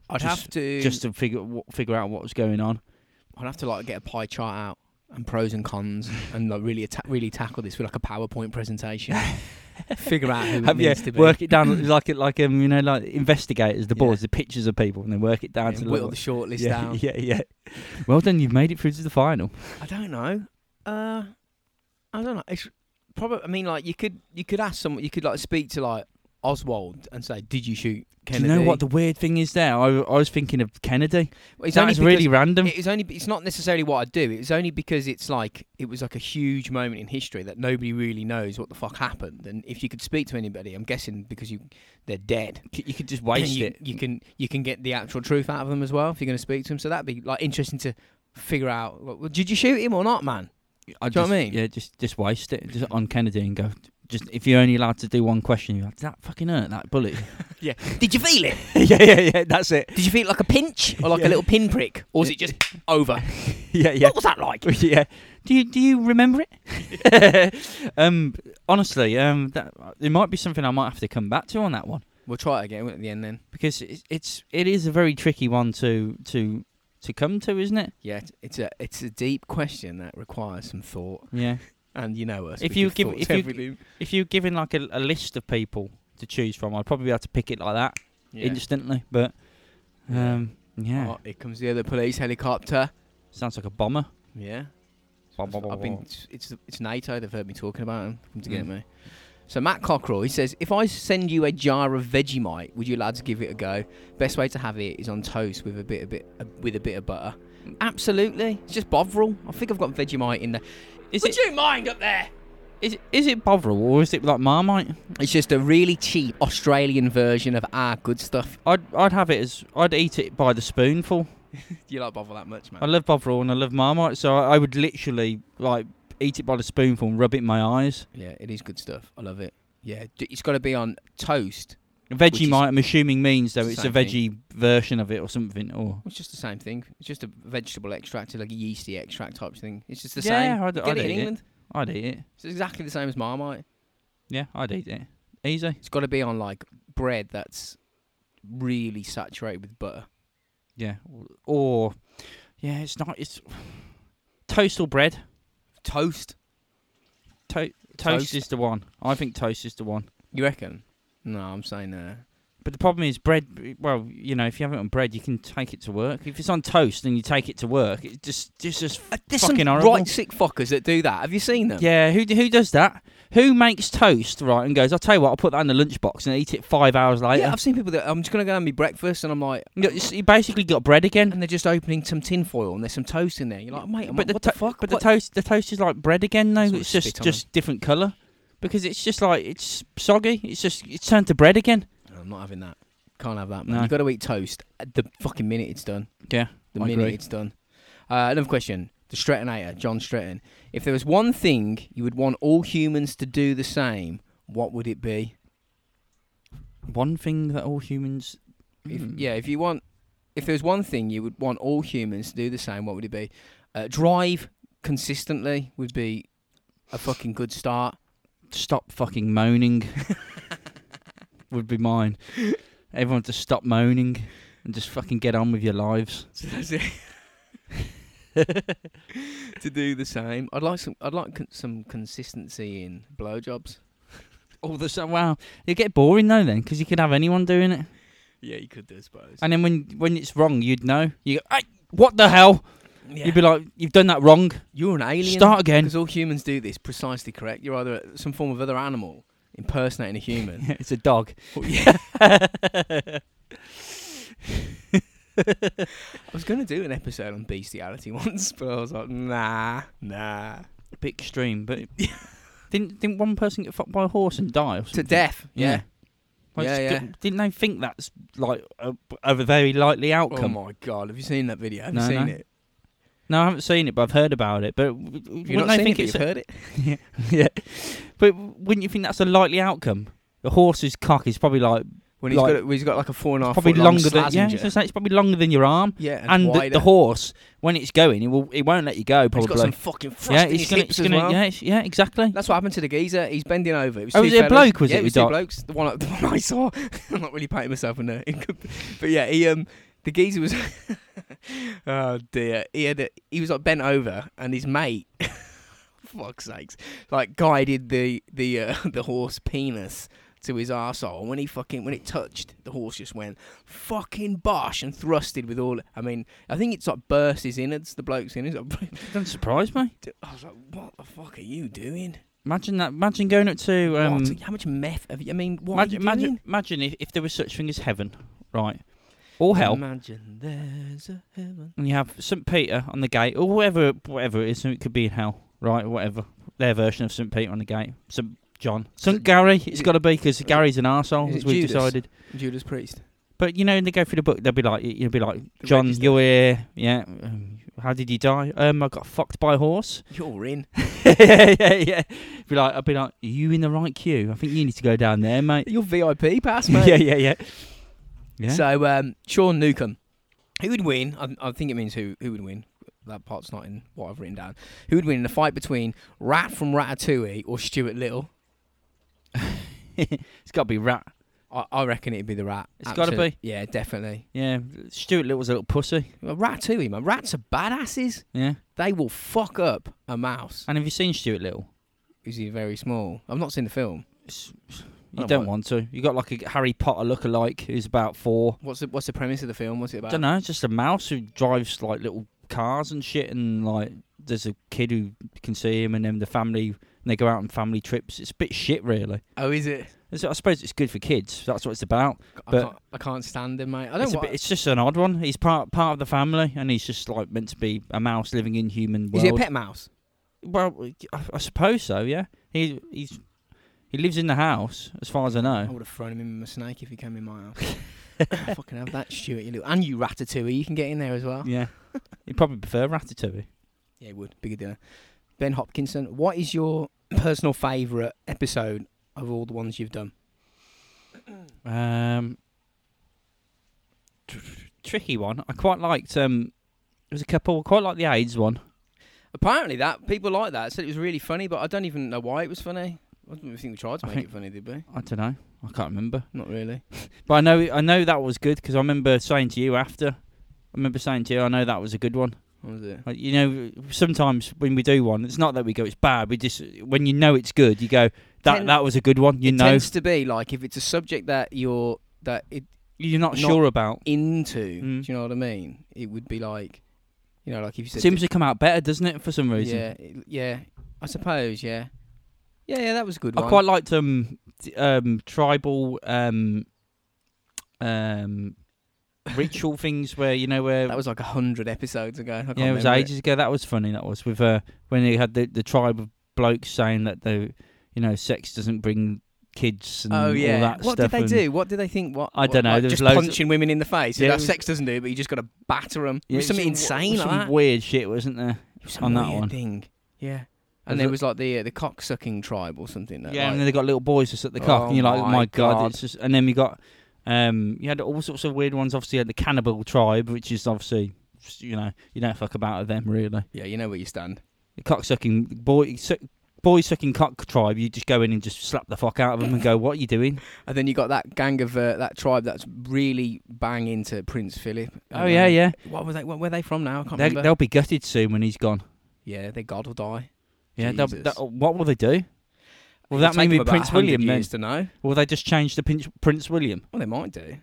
I'd
just-
have to
just to figure wh- figure out what was going on.
I'd have to like get a pie chart out and pros and cons and like really atta- really tackle this with like a PowerPoint presentation. Figure out who it
Have you
needs to be.
work it down like it like um you know like investigators the
Yeah.
boys the pictures of people and then work it down
and
to
whittle
little-
the shortlist
yeah,
down.
yeah yeah. Well done, you've made it through to the final.
I don't know. Uh, I don't know. It's probably. I mean, like you could you could ask someone. You could like speak to like Oswald and say, "Did you shoot Kennedy?"
Do you know what the weird thing is there? I, I was thinking of Kennedy.
Well, it's
that
only
is
because-
really random.
It was only. It's not necessarily what I do. It was only because it's like it was like a huge moment in history that nobody really knows what the fuck happened. And if you could speak to anybody, I'm guessing because you they're dead.
C- you could just
then
waste
you,
it.
you can you can get the actual truth out of them as well if you're going to speak to them. So that'd be like interesting to figure out. Like, well, did you shoot him or not, man?
I
do you know
just,
what I mean?
Yeah, just just waste it just on Kennedy and go. Just if you're only allowed to do one question, you're like, did that fucking hurt that bullet?
Did you feel it?
yeah, yeah, yeah. That's it.
Did you feel it like a pinch or like
Yeah.
a little pinprick, or was it just over?
Yeah, yeah.
What was that like?
yeah. Do you do you remember it? um, honestly, um, that there might be something I might have to come back to on that one
We'll try it again at the end then.
because it's, it's it is a very tricky one to to to come to, isn't it?
Yeah, it's- it's a it's a deep question that requires some thought,
Yeah.
and you know us.
If
we
you
give
give-
thought
if
to
you-
everything.
If you're given like a, a list of people to choose from, I'd probably be able to pick it like that
Yeah.
instantly. But um, yeah,
Oh, here comes the other police helicopter.
sounds like a bomber.
Yeah.
Blah, blah, blah,
I've been.
blah.
It's it's NATO. They've heard me talking about them. Come to get
Mm.
me. So Matt Cockrell, he says, if I send you a jar of Vegemite, would you lads give it a go? Best way to have it is on toast with a bit, a bit, a, with a bit of butter. Absolutely, it's just Bovril. I think I've got Vegemite in there.
Is
Would
it,
you mind up there?
is it is it Bovril or is it like Marmite?
It's just a really cheap Australian version of our good stuff.
I'd I'd have it as I'd eat it by the spoonful.
Do you like Bovril that much, man?
I love Bovril and I love Marmite, so I, I would literally like eat it by the spoonful and rub it in my eyes.
yeah, it is good stuff. I love it. Yeah, d- it's got to be on toast. Which is-
Vegemite, I'm assuming means though
the
it's a
same
veggie version of it or something, or
It's just the same thing. It's just a vegetable extract, like a yeasty extract type thing. It's just the
yeah,
same.
I'd,
Get
I'd
it in
eat
England.
it. I'd eat it.
It's exactly the same as Marmite.
Yeah, I'd eat it. Easy.
It's got to be on like bread that's really saturated with butter.
Yeah, or yeah, it's not. It's toast or bread.
Toast,
To- toast,
Toast.
is the one. I think toast is the one.
you reckon? No, I'm saying uh,
But the problem is bread. Well, you know, if you have it on bread, you can take it to work. If it's on toast and you take it to work, it just just just
there's
Fucking
some
Uh, horrible.
right sick fuckers that do that. Have you seen them?
Yeah, who who does that? Who makes toast, right, and goes, I'll tell you what, I'll put that in the lunchbox and eat it five hours later.
yeah. I've seen people that I'm just gonna go and my breakfast, and I'm like,
You- you s- you basically got bread again.
and they're just opening some tin foil, and there's some toast in there. You're like, mate, I'm like,
But the
what
to-
the fuck?
But
What-
the toast the toast is like bread again though.
That's what
It's
I
just
spit on
just different colour. Because it's just like it's soggy. It's just it's turned to bread again.
No, Oh, I'm not having that. Can't have that, man.
No.
You got to eat toast at the fucking minute it's done.
Yeah,
the
I
minute
agree.
it's done. Uh, another question: The Strettonator, John Stretton. If there was one thing you would want all humans to do the same, what would it be?
One thing that all humans
If,
Hmm.
yeah, if you want, if there was one thing you would want all humans to do the same, what would it be? Uh, drive consistently would be a fucking good start.
stop fucking moaning would be mine. everyone to stop moaning and just fucking get on with your lives.
to do the same. I'd like some. I'd like con- some consistency in blowjobs.
All the so wow, you get boring though then, 'cause you could have anyone doing it,
Yeah, you could do, I suppose.
and then when when it's wrong, you'd know. You go, hey, what the hell?
yeah.
You'd be like, you've done that wrong.
You're an alien.
Start again.
Because all humans do this precisely correct. You're either some form of other animal impersonating a human.
it's a dog.
Or- Oh, yeah. I was going to do an episode on bestiality once, but I was like, nah, nah.
A bit extreme, but didn't didn't one person get fucked by a horse and die? Or
To
something?
death. Yeah.
Well,
Yeah,
it's-
yeah.
Didn't they think that's like a, a very likely
Oh
outcome?
my god, have you seen that video? Have you
No,
seen
no.
it?
no, I haven't seen it, but I've heard about it. But w- w-
You've
wouldn't
not
they
seen
think
it,
it's
but
a,
you've heard it.
yeah, yeah? But wouldn't you think that's a likely outcome? The horse's cock is probably like
When he's
Like-
got, when he's got like a four and a half
probably
foot long
longer than yeah. I was
Slazenger.
gonna say, it's probably longer than your arm.
yeah, and,
And the,
wider.
the horse, when it's going, it will it won't let you go.
He's
Probably.
got some fucking thrust
yeah,
in his
it's gonna,
hips
it's gonna,
as well.
yeah, it's- yeah, exactly.
That's what happened to the geezer. He's bending over. It was
Oh,
two
was it a
fellas.
bloke, was
yeah,
it,
it
we
was two
got?
blokes. The one, I- the one I saw. I'm not really painting myself a nerd, It could be- but yeah, he um, the geezer was. oh dear, he had a, he was like bent over, and his mate, fuck's sakes, like guided the the uh, the horse penis to his arsehole. And when he fucking when it touched, the horse just went fucking bosh and thrusted with all. I mean, I think it's like burst his innards, the bloke's innards.
Doesn't surprise me.
I was like, what the fuck are you doing?
Imagine that. Imagine going up to um,
what? How much meth have you? I mean, what are
imagine,
you doing?
imagine, imagine if, if there was such thing as heaven, right? Or hell,
Um, Imagine there's a heaven.
and you have St. Peter on the gate, or whatever, whatever it is. so It could be in hell, right? Whatever their version of St. Peter on the gate, St. John, St.
it-
Gary.
is
It's
it-
got to be because Gary's an arsehole,
is
as
it
we
Judas?
decided.
Judas Priest.
But you know, when they go through the book, they'll be like, you'll be like,
The
John,
register.
you're here. Yeah. Um, how did you die? Um, I got fucked by a horse.
You're in.
yeah, yeah, yeah. Be like, I'll be like, are you in the right queue? I think you need to go down there, mate.
You're VIP pass, mate.
yeah, yeah, yeah. Yeah.
So, um, Sean Newcomb, who would win? I, I think it means who who would win. That part's not in what I've written down. Who would win in a fight between Rat from Ratatouille or Stuart Little?
it's got to be rat.
I, I reckon it'd be the Rat.
It's gotta
Absolute- Yeah, definitely.
Yeah, Stuart Little's a little pussy.
Well, Ratatouille, man. Rats are badasses.
Yeah.
They will fuck up a mouse.
And have you seen Stuart Little?
Is he very small? I've not seen the film.
It's-
I
You
don't
don't want to. You got like a Harry Potter lookalike who's about four.
What's the What's the premise of the film? What's it about?
don't know, just a mouse who drives like little cars and shit, and like there's a kid who can see him, and then the family and they go out on family trips. It's a bit shit, really.
Oh, is it?
It's, I suppose it's good for kids. That's what it's about.
I,
But-
can't, I can't stand him, mate. I
It's,
don't.
a
Wa-
bit, it's just an odd one. He's part part of the family, and he's just like meant to be a mouse living in human
is
world.
he a pet mouse?
Well, I, I suppose so. Yeah, he he's he lives in the house, as far as I
I
know.
would have thrown him in with a snake if he came in my house. Fucking have that, Stuart. You little, and you ratatouille. You can get in there as well.
Yeah, he'd probably prefer Ratatouille.
Yeah, he would. Bigger dinner. Ben Hopkinson, what is your personal favourite episode of all the ones you've done?
Um, tr- tr- tricky one. I quite liked. Um, there's a couple. I quite like the AIDS one.
Apparently, that people like that said it was really funny, but I don't even know why it was funny. I don't even think we tried to
I
make
think-
it funny, did we?
I don't know. I can't remember.
Not really.
But I know. I know that was good because I remember saying to you after. I remember saying to you, I know that was a good one.
What was it?
Like, you know, sometimes when we do one, it's not that we go, it's bad. We just when you know it's good, you go, that
Ten-
that was a good one. You
it
know,
tends to be like if it's a subject that you're that it
you're not,
not-
sure about.
into.
Mm.
Do you know what I mean? It would be like, you know, like if you said,
Seems to come out better, doesn't it? For some reason.
yeah, it- yeah, I suppose, yeah, yeah, yeah. That was a good
I
one.
quite liked um t- um tribal um um ritual things where you know where
that was like a hundred episodes ago. I can't
yeah it was
remember
ages ago that was funny that was with uh when they had the the tribe of blokes saying that the you know sex doesn't bring kids and
Oh yeah.
all that
what did
stuff
they
and-
do? What did they think? What
I
what-
dunno,
Like
there was
just
loads of-
punching women in the face. Yeah,
Yeah,
that
it was-
sex doesn't do, it, but you just got to batter them.
Yeah,
was something
some-
insane
some
like that.
weird shit wasn't there
It was some
on that
weird
one.
thing. Yeah.
Was
And there
it-
was like the uh, the cock sucking tribe or something. That,
yeah
like,
and then they got little boys to suck the cock
Oh
and you're like oh
my
my god,
God.
it's just and then we got um you had all sorts of weird ones obviously you had the cannibal tribe which is obviously you know you don't fuck about with them really.
yeah, you know where you stand.
The cocksucking boy, suck, boy sucking cock tribe, you just go in and just slap the fuck out of them and go, "What are you doing?"
And then you got that gang of uh, that tribe that's really bang into Prince Philip.
Oh
And,
yeah,
um,
yeah.
What were they? Where were they from now? I can't
They,
remember.
they'll be gutted soon when he's gone.
yeah, they God will die.
Yeah. They'll,
Jesus.
they'll- what will they do? Will that
It'll take
mean
them
with
about
Prince
100
William then?
years to know.
Will they just change the Prince, Prince William,
Well, they might do.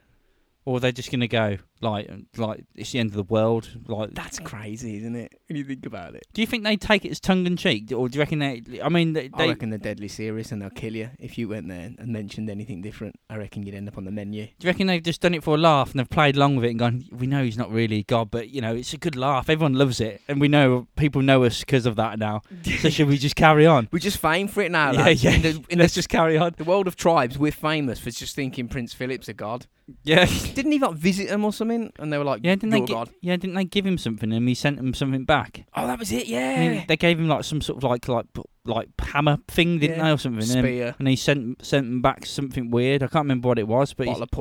or are they just gonna go like like it's the end of the world? Like,
That's crazy, isn't it? When you think about it,
do you think they take it as tongue in cheek, or do you reckon they? I mean, they,
I
they
reckon they're deadly serious and they'll kill you if you went there and mentioned anything different. I reckon you'd end up on the menu.
Do you reckon they've just done it for a laugh and they've played along with it and gone, we know he's not really God, but you know, it's a good laugh. Everyone loves it. And we know people know us because of that now. So should we just carry on?
We're just famed for it now.
yeah,
lads.
yeah.
In the, in
Let's
the,
just carry on.
the world of tribes, we're famous for just thinking Prince Philip's a god.
Yeah.
Didn't he like visit them or something? And they were like,
Yeah, didn't they
"You're
gi-
god."
yeah, didn't they give him something and he sent him something back?
Oh, that was it.
I mean,
Yeah.
they gave him like some sort of like like p- like hammer thing, didn't
Yeah.
they, or something? And, then-
Spear,
and he sent sent him back something weird. I can't remember what it was, but
bottle
he's,
of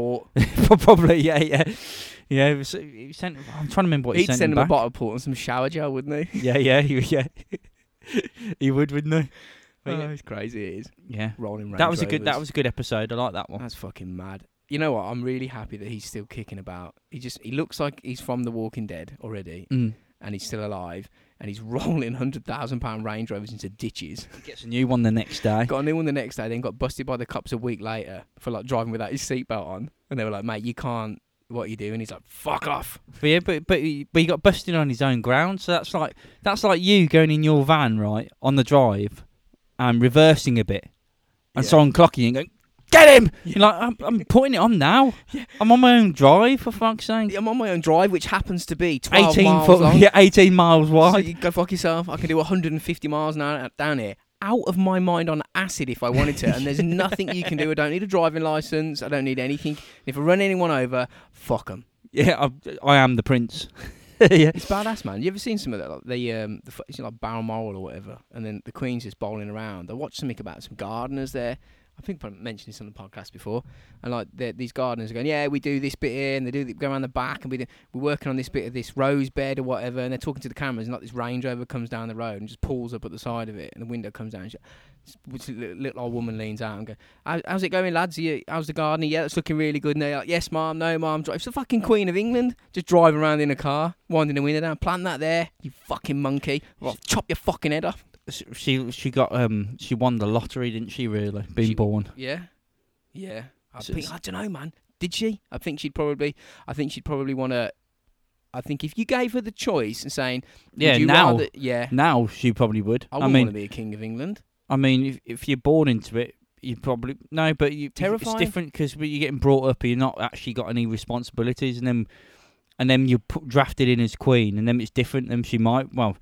port.
probably yeah, yeah, yeah. It was, he sent. I'm trying to remember what he
He'd
sent
send
him
him a
back.
bottle of port and some shower gel, wouldn't he?
Yeah, yeah, he, yeah. he would, wouldn't he? But yeah.
it's Oh, crazy. It is
Yeah.
rolling. Range
That was a good. That
Rovers.
was a good episode. I like that one.
That's fucking mad. You know what? I'm really happy that he's still kicking about. He just he looks like he's from The Walking Dead already,
Mm.
and he's still alive, and he's rolling hundred thousand pound Range Rovers into ditches.
Gets a new one the next day.
got a new one the next day, then got busted by the cops a week later for like driving without his seatbelt on, and they were like, "Mate, you can't. What are you doing?" He's like, "Fuck off."
But yeah, but but he, but he got busted on his own ground. So that's like that's like you going in your van right on the drive, and reversing a bit, and
Yeah.
someone clocking you and going, "Get him!" You're like, "I'm, I'm putting it on now. I'm on my own drive for fuck's sake."
I'm on my own drive, which happens to be 12
Eighteen
miles
foot,
long.
yeah, eighteen miles
So
wide.
you go fuck yourself. I can do 150 miles an hour down here. Out of my mind on acid if I wanted to, and there's nothing you can do. I don't need a driving license. I don't need anything. If I run anyone over, fuck 'em.
Yeah, I, I am the prince. yeah,
It's badass, man. You ever seen some of that? Like the um, the fu- it's like Balmoral or whatever, and then the Queen's just bowling around. I watched something about some gardeners there. I think I mentioned this on the podcast before. And like they're- these gardeners are going, yeah, we do this bit here, and they do the, go around the back, and we do, we're working on this bit of this rose bed or whatever. And they're talking to the cameras, and like this Range Rover comes down the road and just pulls up at the side of it, and the window comes down. And she, this little little old woman leans out and goes, How, "How's it going, lads? Are you, how's the gardening? Yeah, it's looking really good." And they're like, "Yes, ma'am. No, ma'am. Dri- It's the fucking Queen of England just driving around in a car, winding the window down. Plant that there, you fucking monkey. Or I'll chop your fucking head off."
she she got um she won the lottery, didn't she? Really, being
She-
born.
Yeah, yeah. I,
So
think,
it's-
I don't know, man. Did she? I think she'd probably. I think she'd probably want to. I think if you gave her the choice and saying, "Would
Yeah,
you
now
rather-" yeah,
now she probably would.
I
I,
wouldn't want
mean,
to be a king of England.
I mean, if, if you're born into it, you probably no, but you if-
Terrifying.
It's different because you're getting brought up, and you're not actually got any responsibilities, and then and then you're put, drafted in as queen, and then it's different. Then she might well.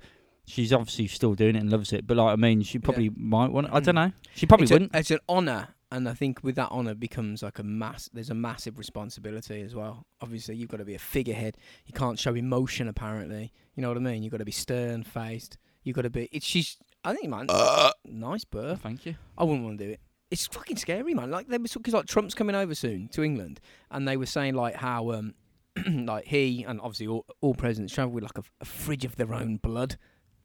She's obviously still doing it and loves it, but like I mean, she probably might want. I don't know. She
Mm.
probably
it's a-
wouldn't.
it's an honor, and I think with that honor becomes like a mass. There's a massive responsibility as well. Obviously, you've got to be a figurehead. You can't show emotion. Apparently, you know what I mean. You've got to be stern faced. You've got to be. It's she's. I think, man.
Uh.
nice birth.
Thank you.
I wouldn't want to do it. It's fucking scary, man. Like they were because like Trump's coming over soon to England, and they were saying like how um like he and obviously all, all presidents travel with like a, a fridge of their own blood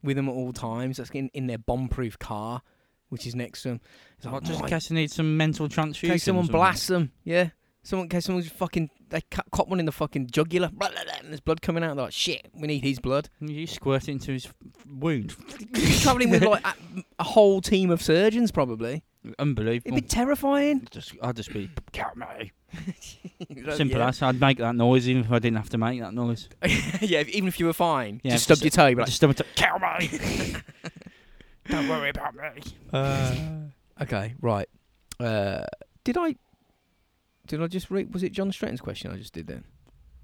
with them at all times. That's in, in their bomb-proof car, which is next to them. It's like
What, Oh, just in
my
case I need some mental transfusion.
in case someone
or something?
blasts them. Yeah. Someone, in case someone's fucking, they ca- caught one in the fucking jugular, blah, blah, blah, and there's blood coming out. They're like, shit, we need his blood.
You squirt into his wound.
Traveling with like a, a whole team of surgeons, probably. It'd
Unbelievable.
be terrifying.
just, I'd just be count me. Simple
Yeah.
as I'd make that noise even if I didn't have to make that noise.
yeah, if- even if you were fine,
Yeah,
just stubbed
just-
your toe. you'd be
Just someone to count me. Don't worry about me.
like, okay, right. Uh, did I? Did I just read? Was it John Stratton's question I just did then?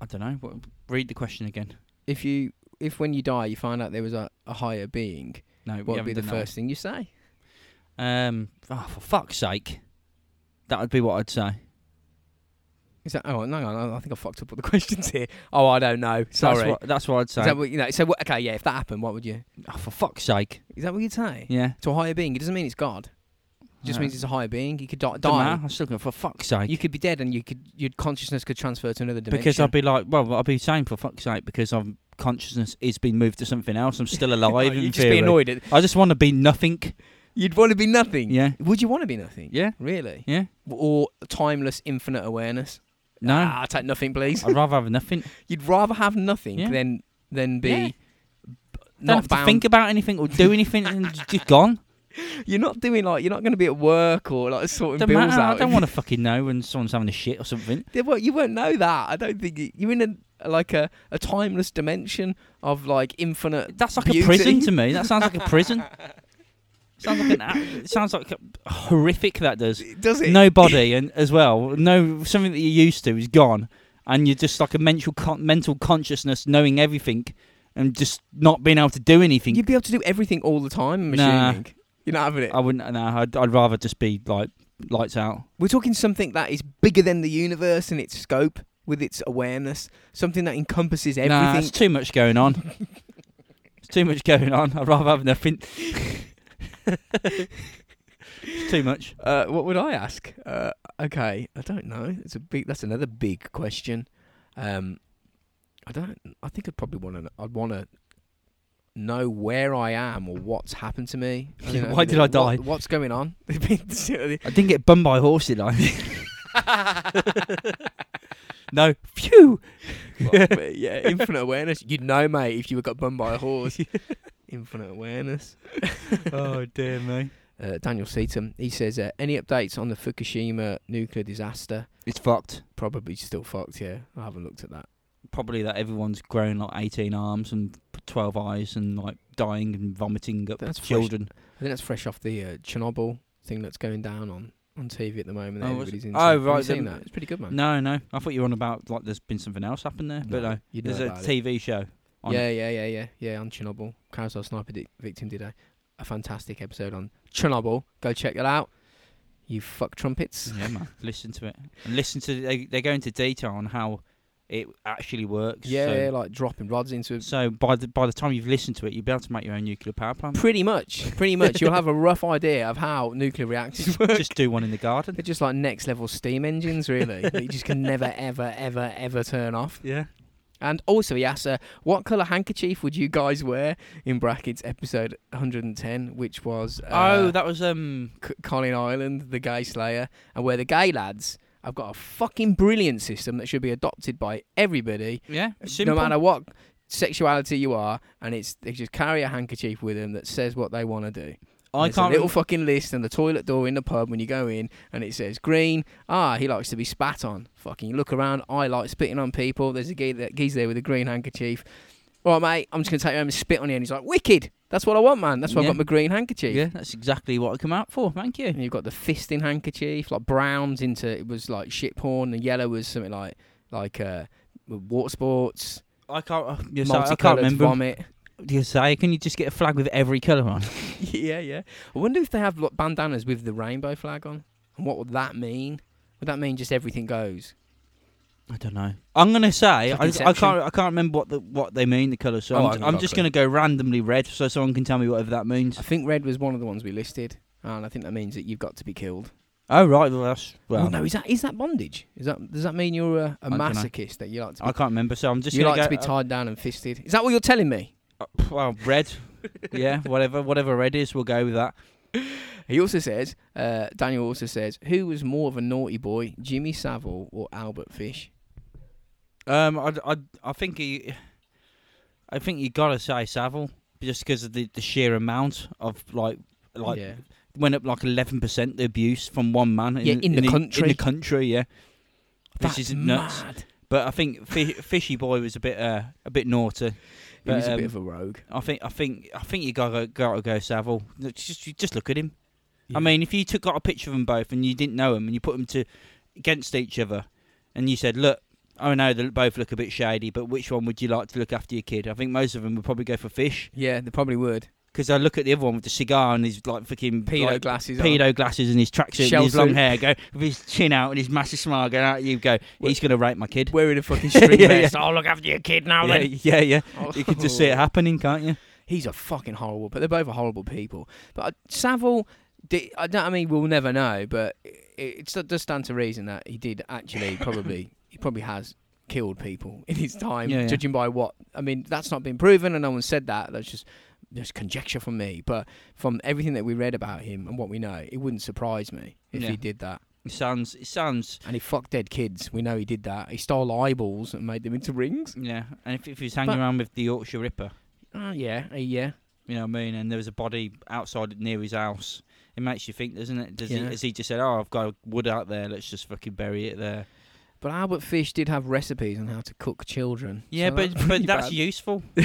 I don't know. What, read the question again.
If you, if when you die, you find out there was a, a higher being,
No, we
what would
haven't
be the
done that
first thing you say?
one. Um, oh, for fuck's sake, that would be what I'd say.
Is that? Oh, no, I think I fucked up all the questions here. Oh, I don't know. Sorry.
That's what, that's what I'd
Is
say.
that what you know? So what, okay, yeah. If that happened, what would you?
oh, for fuck's sake.
Is that what you'd say
Yeah.
to a higher being? It doesn't mean it's God. It just
Yeah.
means it's a higher being. You could die.
Don't
die.
matter, I'm still going for fuck's sake.
You could be dead, and you could your consciousness could transfer to another dimension.
because I'd be like, well, I'd be saying for fuck's sake because I'm consciousness is being moved to something else. I'm still alive.
you Oh,
in
just be
theory.
annoyed at
I just want to be nothing.
You'd want to be nothing.
Yeah.
Would you want to be nothing?
Yeah.
Really?
Yeah.
Or timeless, infinite awareness?
No.
Ah, I'll take nothing, please.
I'd rather have nothing.
You'd rather have nothing
Yeah.
than than be
Yeah. Don't
not
have to
bound.
think about anything or do anything and j- just gone.
You're not doing like you're not going to be at work or like sorting
Don't
bills
matter.
out.
I don't want to fucking know when someone's having a shit or something.
Yeah, well, you won't know that. I don't think you- you're in a like a, a timeless dimension of like infinite.
That's like
Beauty.
a prison to me. That sounds like a prison. sounds like an. a- It sounds like a- horrific. That does.
Does it?
no body and as well no something that you're used to is gone and you're just like a mental con- mental consciousness knowing everything and just not being able to do anything
You'd be able to do everything all the time. I'm
Nah.
assuming you're not having it.
i wouldn't no, I'd, I'd rather just be like lights out
We're talking something that is bigger than the universe in its scope, with its awareness, something that encompasses everything.
nah it's too much going on it's too much going on i'd rather have nothing it's too much
Uh, what would I ask? Uh, okay, I don't know. It's a big. That's another big question. Um, I don't. I think I'd probably want to. I'd want to know where I am or what's happened to me. I don't know,
Why did I
what-
die?
what's going on?
i didn't get bummed by a horse did i no phew
yeah, infinite awareness. You'd know, mate, if you were got bummed by a horse. infinite awareness.
oh dear me
Uh, Daniel Seaton. He says, uh, any updates on the Fukushima nuclear disaster?
it's fucked
Probably still fucked. Yeah, I haven't looked at that.
probably that everyone's grown like 18 arms and p- 12 eyes and like dying and vomiting up
That's fresh-
children.
I think that's fresh off the uh, Chernobyl thing that's going down on, on TV at the moment.
Oh, was it?
Everybody's into.
Oh,
Have you
right,
seen
then-
that? It's pretty good, man.
No, no. I thought you were on about like there's been something else happened there, but
No,
no.
you'd know
There's a
about it.
TV show. on
yeah, yeah, yeah, yeah, yeah. On Chernobyl, Carousel Sniper di- Victim did a, a fantastic episode on Chernobyl. Go check that out. You fuck trumpets.
Yeah, man. listen to it. And listen to they they go into detail on how it actually works.
Yeah,
So,
yeah, like dropping rods into. A,
so by the by the time you've listened to it, you'll be able to make your own nuclear power plant.
pretty much, pretty much. you'll have a rough idea of how nuclear reactors work.
Just do one in the garden.
They're just like next level steam engines, really. that you just can never, ever, ever, ever turn off.
Yeah.
And also, he asks, uh, what colour handkerchief would you guys wear? In brackets, episode 110, which was uh,
oh, that was um.
C- Colin Ireland, the gay slayer, and where the gay lads have got a fucking brilliant system that should be adopted by everybody,
Yeah. Simple.
no matter what sexuality you are, and it's they just carry a handkerchief with them that says what they want to do.
I
There's a
can't.
little
rem-
fucking list and the toilet door in the pub when you go in, and it says green. Ah, he likes to be spat on. Fucking you look around. I like spitting on people. There's a gee that gee's there with a green handkerchief. All right, mate. I'm just gonna take you home and spit on you. And he's like, wicked. That's what I want, man. That's why
Yeah.
I've got my green handkerchief.
yeah, that's exactly what I come out for. Thank you.
And you've got the fisting handkerchief, like browns into it was like shit porn, and yellow was something like like uh water sports,
I can't. Uh, yes, I, I can't
multicoloured
remember.
vomit.
You say, can you just get a flag with every colour on?
yeah, yeah. I wonder if they have like, bandanas with the rainbow flag on, and what would that mean? Would that mean just everything goes?
I don't know. I'm gonna
It's
say
like
I, I
Inception.
can't. I can't remember what the what they mean the colours. So
Oh,
I'm,
I
ju-
haven't
I'm
got a
just
clue.
gonna go randomly red, so someone can tell me whatever that means.
I think red was one of the ones we listed, and I think that means that you've got to be killed.
Oh right, well that's well.
Well, no, is that is that bondage? Is that does that mean you're a, a
I dunno.
masochist that you like to be,
I can't remember. So I'm just
you
gonna
like to
go.
be tied down and fisted? Is that what you're telling me?
uh, uh, well, red. yeah, whatever, whatever red is, we'll go with that.
He also says, uh, Daniel also says, who was more of a naughty boy, Jimmy Savile or Albert Fish?
Um, I, I, I think he, I think you gotta say Savile just because of the, the sheer amount of like like
yeah.
went up like eleven percent the abuse from one man.
Yeah, in the
In
country.
the country, yeah.
That's
This is nuts.
mad.
But I think fi Fishy Boy was a bit uh, a bit naughty.
He
But,
was a
um,
bit of a rogue.
I think I think I think you gotta gotta go Savile. Look, Just you just look at him. I mean, if you took got a picture of them both and you didn't know them and you put them to against each other, and you said, look. I know they both look a bit shady, but which one would you like to look after your kid? I think most of them would probably go for fish
yeah, they probably would.
because I look at the other one with the cigar and his like fucking
Pedo
like,
glasses. on.
pedo glasses and his tracksuit
Shell
and his long
suit.
hair, go with his chin out and his massive smile going out. You go,
Well-
he's gonna rape my kid.
wearing a fucking string
Yeah,
vest. I'll look after your kid now
Yeah,
then. Oh.
yeah, yeah. You can just see it happening, can't you?
He's a fucking horrible, but they're both horrible people. But uh, Savile, di I don't. I mean, we'll never know, but it, it st- does stand to reason that he did actually probably he probably has killed people in his time,
Yeah, yeah.
judging by what I mean. That's not been proven, and no one said that. That's just just conjecture from me. But from everything that we read about him and what we know, it wouldn't surprise me if
Yeah.
he did that.
It sounds. It sounds.
And he fucked dead kids. We know he did that. He stole eyeballs and made them into rings.
Yeah. And if, if he was hanging
But-
around with the Yorkshire Ripper,
Uh, yeah, uh, yeah.
you know what I mean, and there was a body outside near his house, it makes you think, doesn't it? Does he?
Yeah.
Has he just said, "Oh, I've got a wood out there. Let's just fucking bury it there."
But Albert Fish did have recipes on how to cook children.
Yeah,
so
but but
pretty
that's
bad.
useful.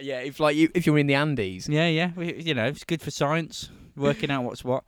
yeah. If like you, if you're in the Andes,
Yeah, yeah. we- You know, it's good for science, working out what's what.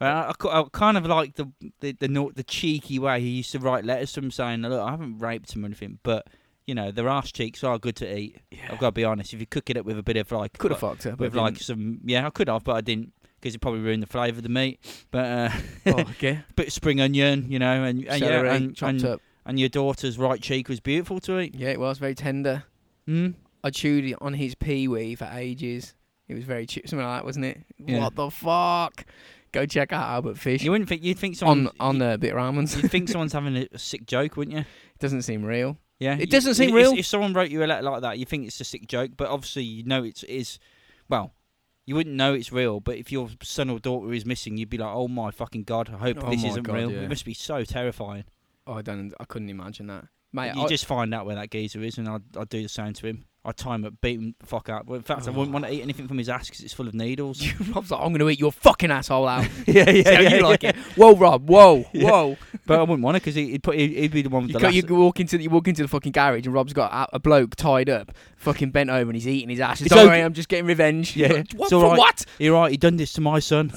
Well, I, cu- I kind of like the the the, nau- the cheeky way he used to write letters to him saying, "Look, I haven't raped him or anything, but you know, their arse cheeks are good to eat." I've got to be honest. If you cook it up with a bit of like
could have fucked her. but
with like
didn't.
some yeah, I could have, but I didn't because it probably ruined the flavour of the meat. But uh,
oh, okay.
bit of spring onion, you know, and and,
Celery
yeah, and,
chopped
and,
up.
and your daughter's right cheek was beautiful to eat.
Yeah, it was very tender.
Mm?
I chewed it on his pee wee for ages. It was very chew- something like that, wasn't it?
Yeah.
What the fuck? Go check out Albert Fish
You wouldn't think you'd think
on
someone
on uh, the bitter almonds.
you'd think someone's having a, a sick joke, wouldn't you?
doesn't seem real.
Yeah,
It
you-
doesn't seem
if-
real.
If someone wrote you a letter like that, you think it's a sick joke, but obviously you know it's is. Well, you wouldn't know it's real, but if your son or daughter is missing, you'd be like, "Oh my fucking god! I hope
Oh
this
my
isn't
God,
real."
yeah.
It must be so terrifying.
Oh, I don't. I couldn't imagine that, mate.
you
I,
just find out where that geezer is, and I'd, I'd do the same to him. I'd time up, beat him the fuck out. Well, in fact, I wouldn't want to eat anything from his ass because it's full of needles.
Rob's like, I'm gonna eat your fucking asshole out.
yeah,
See how you like it. Whoa, Rob. Whoa,
Yeah.
whoa.
But I wouldn't want it because he'd, put- he'd he'd be the one with
You,
the
go,
last.
you walk into the, you walk into the fucking garage and Rob's got a, a bloke tied up, fucking bent over, and he's eating his ass. It's
It's
all
okay.
right. I'm just getting revenge.
Yeah,
Like, what
it's
for
all right.
what?
You're right. He done this to my son.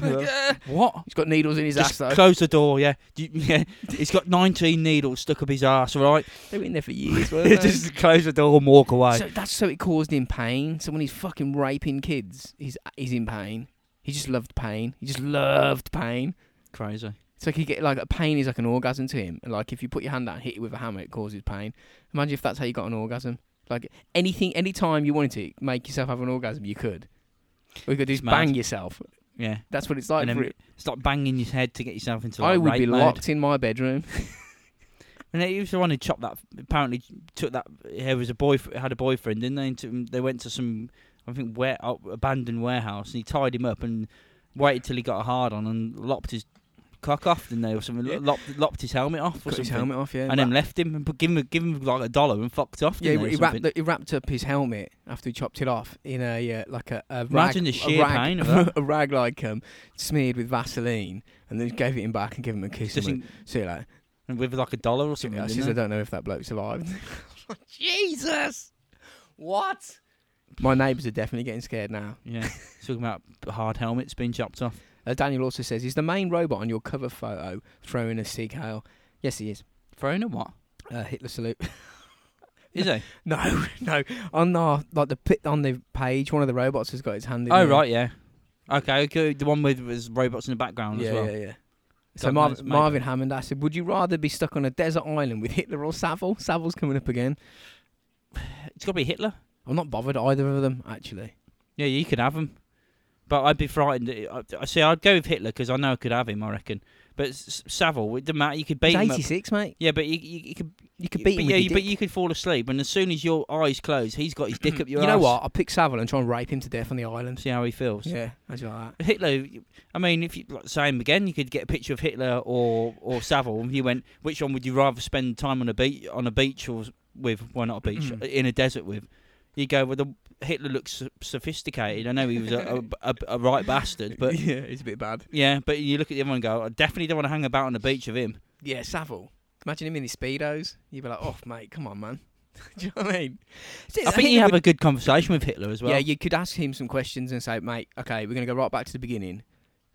Uh,
what?
he's got needles in his ass
Just
though.
close the door, yeah. Do you- yeah. He's got 19 needles stuck up his ass, all right?
They were in there for years. weren't they?
Just close the door and walk away.
So that's so it caused him pain. So when he's fucking raping kids, he's he's in pain. He just loved pain. He just loved pain.
Crazy.
It's like he get like a pain is like an orgasm to him. And like if you put your hand out and hit it with a hammer, it causes pain. Imagine if that's how you got an orgasm. Like anything, any time you wanted to make yourself have an orgasm, you could. Or you could just
Mad.
bang yourself.
Yeah.
That's what it's like.
and
for
then
it.
it's like banging his head to get yourself into like,
I would
rape
be
mode.
locked in my bedroom.
And he was the one who chopped that. Apparently, took that. He was a boyfriend. Had a boyfriend, didn't they? And took him- they went to some, I think, ware, uh, abandoned warehouse, and he tied him up and waited till he got a hard on and lopped his cock off, didn't they, or something?
Yeah.
Lopped, lopped his helmet off, or
Cut
something.
his helmet off, yeah.
and then left him and put, give him a, give him like a dollar and fucked off.
Yeah,
didn't
he,
they,
he
or
wrapped
something?
the, he wrapped up his helmet after he chopped it off in a uh, like a, a rag,
Imagine the
a
sheer
rag-
pain of that.
a rag like um smeared with Vaseline, and then gave it him back and gave him a kiss.
Just
and
in,
went, See you later.
and with like a dollar or something.
I
didn't
just I
they?
don't know if that bloke survived. Jesus, what? My neighbours are definitely getting scared now.
yeah, talking about hard helmets being chopped off.
Uh, Daniel also says, "Is the main robot on your cover photo throwing a sig hail?" Yes, he is.
Throwing a what?
Uh, Hitler salute.
Is he?
no, no. On the like the pit on the page, one of the robots has got his hand. in
oh
the air.
right, yeah. Okay, okay, the one with was robots in the background
yeah,
as well.
Yeah, yeah. So
God
Marv-
knows, mate.
Marvin Hammond asked, "Would you rather be stuck on a desert island with Hitler or Savile? Savile's coming up again.
It's got to be Hitler.
I'm not bothered either of them actually.
Yeah, you could have him, but I'd be frightened. I, I see. I'd go with Hitler because I know I could have him. I reckon. But S- Savile, it doesn't matter. You could beat
He's
him. up.
86, mate.
Yeah, but you, you, you could
You could beat
but
him
yeah,
with your
you, but
dick.
you could fall asleep, and as soon as your eyes close, he's got his dick up your.
Mm-hmm. you know
arse.
what? I'll pick Savile and try and rape him to death on the island.
See how he feels.
Yeah, how'd you like that?
Hitler, you- I mean, if you like, same again, you could get a picture of Hitler or or Savile. and You went, which one would you rather spend time on a beach on a beach or s- with? Well, not a beach,
Mm.
in a desert with. You go, well, the Hitler looks so- sophisticated. I know he was a, a, a, a right bastard, but
yeah, it's a bit bad.
yeah, but you look at the other one and go, I definitely don't want to hang about on the beach with him.
Yeah, Savile. Imagine him in his speedos. You'd be like, "Oh, mate, come on, man." Do you know what I mean?
I think you have a good conversation with Hitler as well.
Yeah, you could ask him some questions and say, "Mate, okay, we're gonna go right back to the beginning.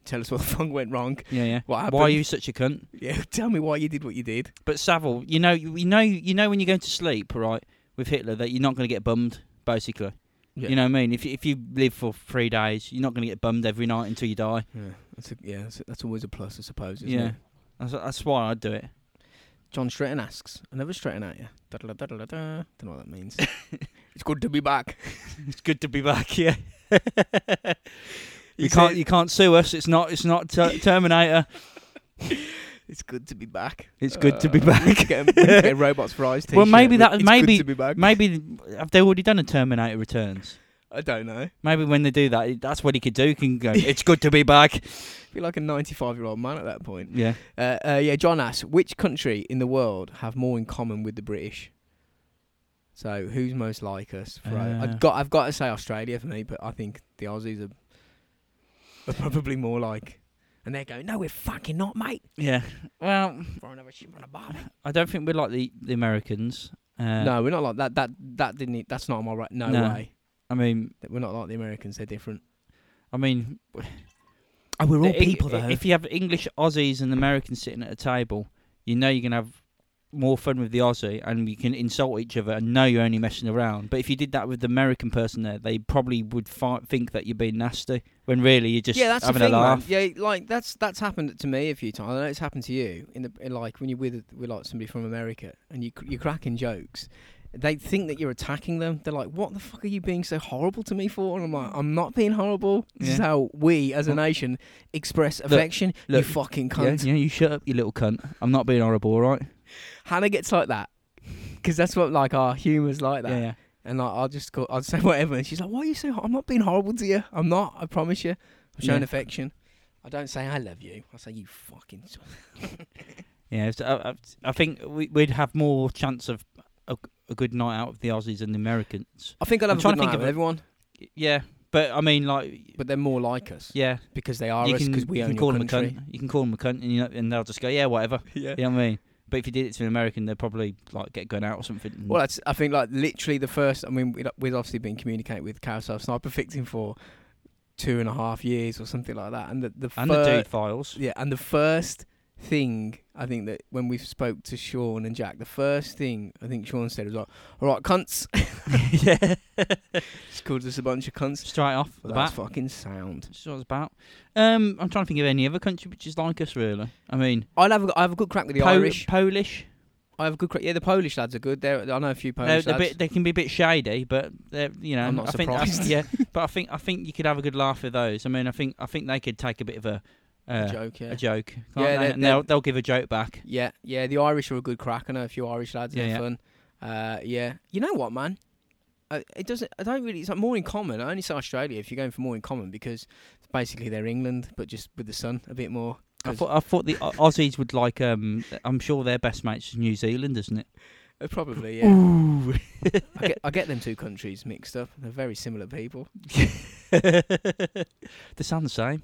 Tell us what the fuck went wrong.
yeah, yeah.
What happened?
Why are you such a cunt?
Yeah, tell me why you did what you did."
But Savile, you know, you know, you know when you're going to sleep, right, with Hitler, that you're not going to get bummed, basically.
Yeah.
You know what I mean? If you, if you live for three days, you're not going to get bummed every night until you die.
Yeah, that's a, yeah, that's, that's always a plus, I suppose. Isn't
yeah,
It?
that's, that's why I'd do it.
John Stratton asks, another Stratton at you. Da da da da da. Don't know what that means. it's good to be back.
It's good to be back. Yeah. you
He
can't
said-
you can't sue us. It's not it's not ter- Terminator.
It's good to be back. Uh,
It's good to be back.
we need to get a- we need to get a robots for eyes.
Well,
t-shirt
maybe
with,
that-
It's good
maybe-
to be back.
Maybe have they already done a Terminator Returns?
I don't know.
Maybe when they do that, that's what he could do. He can go. It's good to be back.
Be like a 95 year old man at that point.
Yeah.
Uh, uh, yeah, John asks, which country in the world have more in common with the British? So who's most like us? For,
Uh.
I've got I've got to say Australia for me, but I think the Aussies are, are probably more like. And they're going, no, we're fucking not, mate.
Yeah. Well,
Throw another shit on a bar, mate."
I don't think we're like the the Americans. Uh,
no, we're not like that. That that didn't. e- That's not on my right. No,
No.
way.
I mean,
That We're not like the Americans. They're different.
I mean,
Oh, we're all
i-
people
i-
though.
If you have English Aussies and Americans sitting at a table, you know you're gonna have more fun with the Aussie, and you can insult each other, and know you're only messing around. But if you did that with the American person there, they probably would fi- think that you're being nasty, when really you're just
yeah, that's
having
the thing,
a
man.
laugh.
Yeah, like that's that's happened to me a few times. I know it's happened to you in the in like when you're with with like somebody from America and you cr- you're cracking jokes. They think that you're attacking them. They're like, "What the fuck are you being so horrible to me for?" And I'm like, "I'm not being horrible. This is
Yeah.
how we as a nation express affection."
look,
you fucking
Yeah,
cunt.
yeah, you shut up, you little cunt. I'm not being horrible, all right?
Hannah gets like that because that's what like our humor's like that.
Yeah, yeah.
And like, I'll just call, I'll say whatever. And she's like, "Why are you so? Ho- I'm not being horrible to you. I'm not. I promise you. I'm showing
Yeah.
affection. I don't say I love you. I say you fucking." s-"
Yeah, so I, I, I think we, we'd have more chance of a, a good night out with the Aussies and the Americans.
I think I'll
I'm
have a
trying
good
to think
night
of
with
a-
everyone,
Y- Yeah, but I mean, like,
but they're more like us
yeah,
because they are
you
us
can,
because we
you
own
can
your
call them a
country.
cunt. You can call them a cunt, and you know, and they'll just go, yeah, whatever.
Yeah.
You know what I mean? But if you did it to an American, they'd probably like get gunned out or something. and-
Well, that's I think like literally the first. I mean, we'd, we'd obviously been communicating with Carousel Sniper Fixing for two and a half years or something like that, and the the,
and
fir-
the dude files.
Yeah, and the first thing I think that when we spoke to Sean and Jack, the first thing I think Sean said was like, "All right, cunts."
yeah,
Just called us a bunch of cunts.
straight off the
that's
bat.
fucking sound.
That's what it's about. Um, I'm trying to think of any other country which is like us, really. I mean,
I'll have a, I have a good crack with the
Po-
Irish.
Polish.
I have a good crack. Yeah, the Polish lads are good. They're, I know a few
They're,
Polish
they're a
lads.
bit, they can be a bit shady, but they're you know.
I'm not
I think, I-
surprised.
yeah, but I think I think you could have a good laugh with those. I mean, I think I think they could take a bit of a uh,
A joke, yeah.
a joke. Can't
Yeah,
they?
they're-
and
they're-
they'll they'll give a joke back.
yeah, yeah. The Irish are a good crack. I know a few Irish lads.
Yeah,
they're
yeah.
fun. Uh, yeah. You know what, man? I, it doesn't. I don't really. It's like more in common. I only say Australia if you're going for more in common because basically they're England, but just with the sun a bit more.
I
'Cause-
thought I thought the Au- Aussies would like. Um, I'm sure their best mates is New Zealand, isn't it?
Uh, Probably, yeah.
Ooh.
I get, I get them two countries mixed up. They're very similar people.
they sound the same,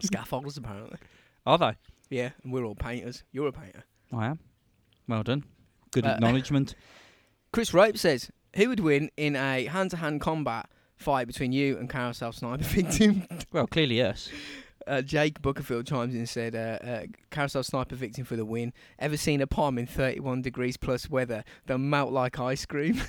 Scaffolds, apparently.
are they?
Yeah, and we're all painters. You're a painter.
I am. Well done. Good
Uh,
acknowledgement.
Chris Rope says, who would win in a hand-to-hand combat fight between you and Carousel Sniper victim?
Well, clearly us.
Uh, Jake Buckerfield chimes in and said, uh, uh, Carousel Sniper victim for the win. Ever seen a palm in 31 degrees plus weather? They'll melt like ice cream.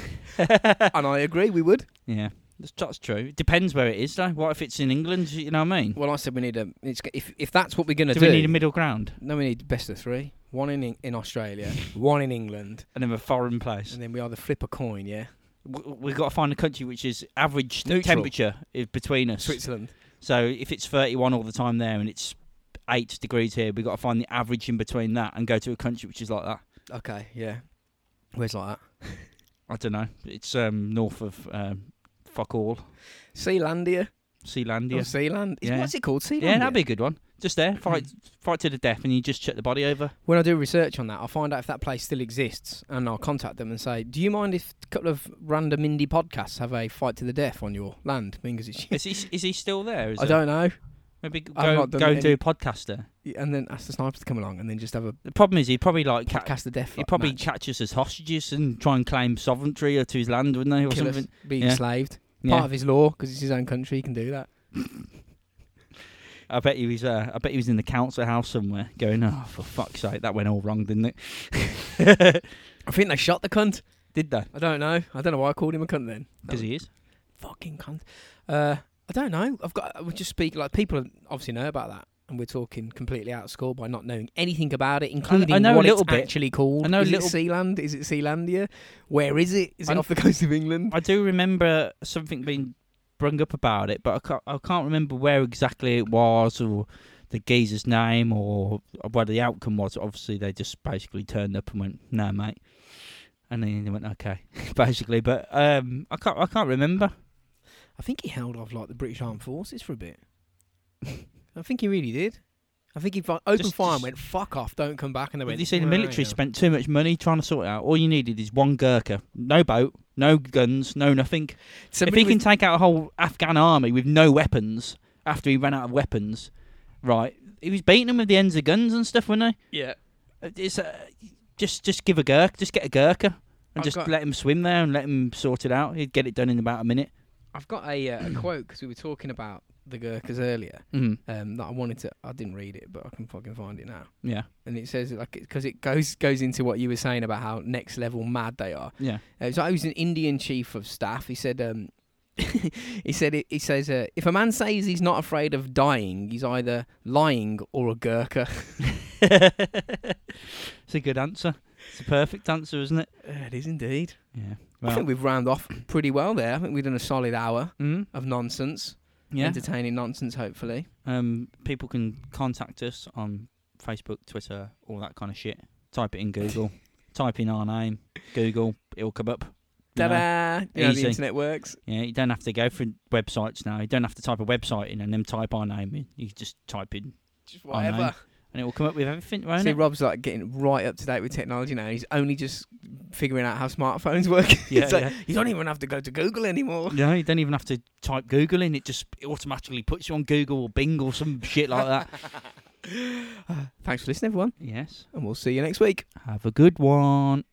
and I agree, we would.
Yeah, that's, that's true. It depends where it is, though. What if it's in England? You know what I mean?
Well, I said we need a... It's, if, if that's what we're going to
Do
do...
we need a middle ground
no, we need best of three. One in, Eng- in Australia, one in England,
and then a foreign place?
And then we either flip a coin, yeah.
W- We've got to find a country which is average t-
Neutral.
temperature i- between us.
Switzerland.
So if it's 31 all the time there and it's eight degrees here, we've got to find the average in between that and go to a country which is like that.
Okay, yeah. Where's like that?
I don't know. It's um, north of um, fuck all,
Sealandia.
Sealandia.
Or Oh, Sealand. Is,
Yeah.
What's it called? Sealandia. Hmm.
yeah, that'd be a good one. Just there, fight, fight to the death, and you just chuck the body over.
When I do research on that, I'll find out if that place still exists and I'll contact them and say, Do you mind if a couple of random indie podcasts have a fight to the death on your land? Because it's
Is he? Is he still there? Is
I
it?
don't know.
Maybe g-
I've
go
not done
go and do
any-
a podcast there.
And then ask the snipers to come along and then just have a
The problem is he'd probably like ca-
podcast to death.
he'd probably
match.
catch us as hostages and try and claim sovereignty or to his land, wouldn't they, or
Kill us,
something?
be
Yeah.
enslaved. Part
Yeah.
of his law, because it's his own country, he can do that.
I bet he was. Uh, I bet he was in the council house somewhere, going, "Oh, for fuck's sake, that went all wrong, didn't it?"
I think they shot the cunt.
Did they?
I don't know. I don't know why I called him a cunt then. That
Because he is.
fucking cunt. Uh, I don't know. I've got. I would just speak like people obviously know about that, and we're talking completely out of school by not knowing anything about it, including
know a
what
little
it's
bit.
actually called.
I know a
is
little-
it Sealand? Is it Sealandia? Where is it? Is it
I'm-
off the coast of England?
I do remember something being brung up about it, but I can't. I can't remember where exactly it was or the geezer's name or what the outcome was. Obviously, they just basically turned up and went, "No, mate," and then they went, "Okay," basically. But um, I can't I can't remember.
I think he held off like the British Armed Forces for a bit. I think he really did. I think he fi- opened
Just-
fire and
just-
went fuck off, don't come back. And they
Have
went.
you seen the
"Right,
military
yeah."
spent too much money trying to sort it out? All you needed is one Gurkha, no boat, no guns, no nothing. if
Somebody
he can take out a whole Afghan army with no weapons after he ran out of weapons, right? He was beating them with the ends of guns and stuff, wasn't
was- yeah,
he? It's uh, just just give a Gurkha, just get a Gurkha, and
I've
just
got-
let him swim there and let him sort it out. He'd get it done in about a minute.
I've got a, uh, a quote because we were talking about the Gurkhas earlier.
Mm.
Um, that I wanted to. I didn't read it, but I can fucking find it now.
Yeah,
And it says like because it goes goes into what you were saying about how next level mad they are.
yeah.
Uh, so he was an Indian chief of staff. He said, um, he said, he says, uh, if a man says he's not afraid of dying, he's either lying or a Gurkha.
it's a good answer. It's a perfect answer, isn't it?
it is indeed.
Yeah.
I
Well,
think we've round off pretty well there. I think we've done a solid hour
mm,
of nonsense,
yeah.
entertaining nonsense. Hopefully,
Um, people can contact us on Facebook, Twitter, all that kind of shit. Type it in Google. type in our name, Google, it'll come up. you know.
ta-da! You know how the
Easy.
internet works.
Yeah, you don't have to go for websites now. You don't have to type a website in and then type our name in. You just type in,
Just
I know.
whatever.
and it will come up with everything, won't
See,
it?
Rob's like getting right up to date with technology now. He's only just figuring out how smartphones work.
Yeah,
It's like,
yeah.
You don't even have to go to Google anymore.
No, you don't even have to type Google in. It just it automatically puts you on Google or Bing or some shit like that.
Thanks for listening, everyone,
yes.
and we'll see you next week.
Have a good one.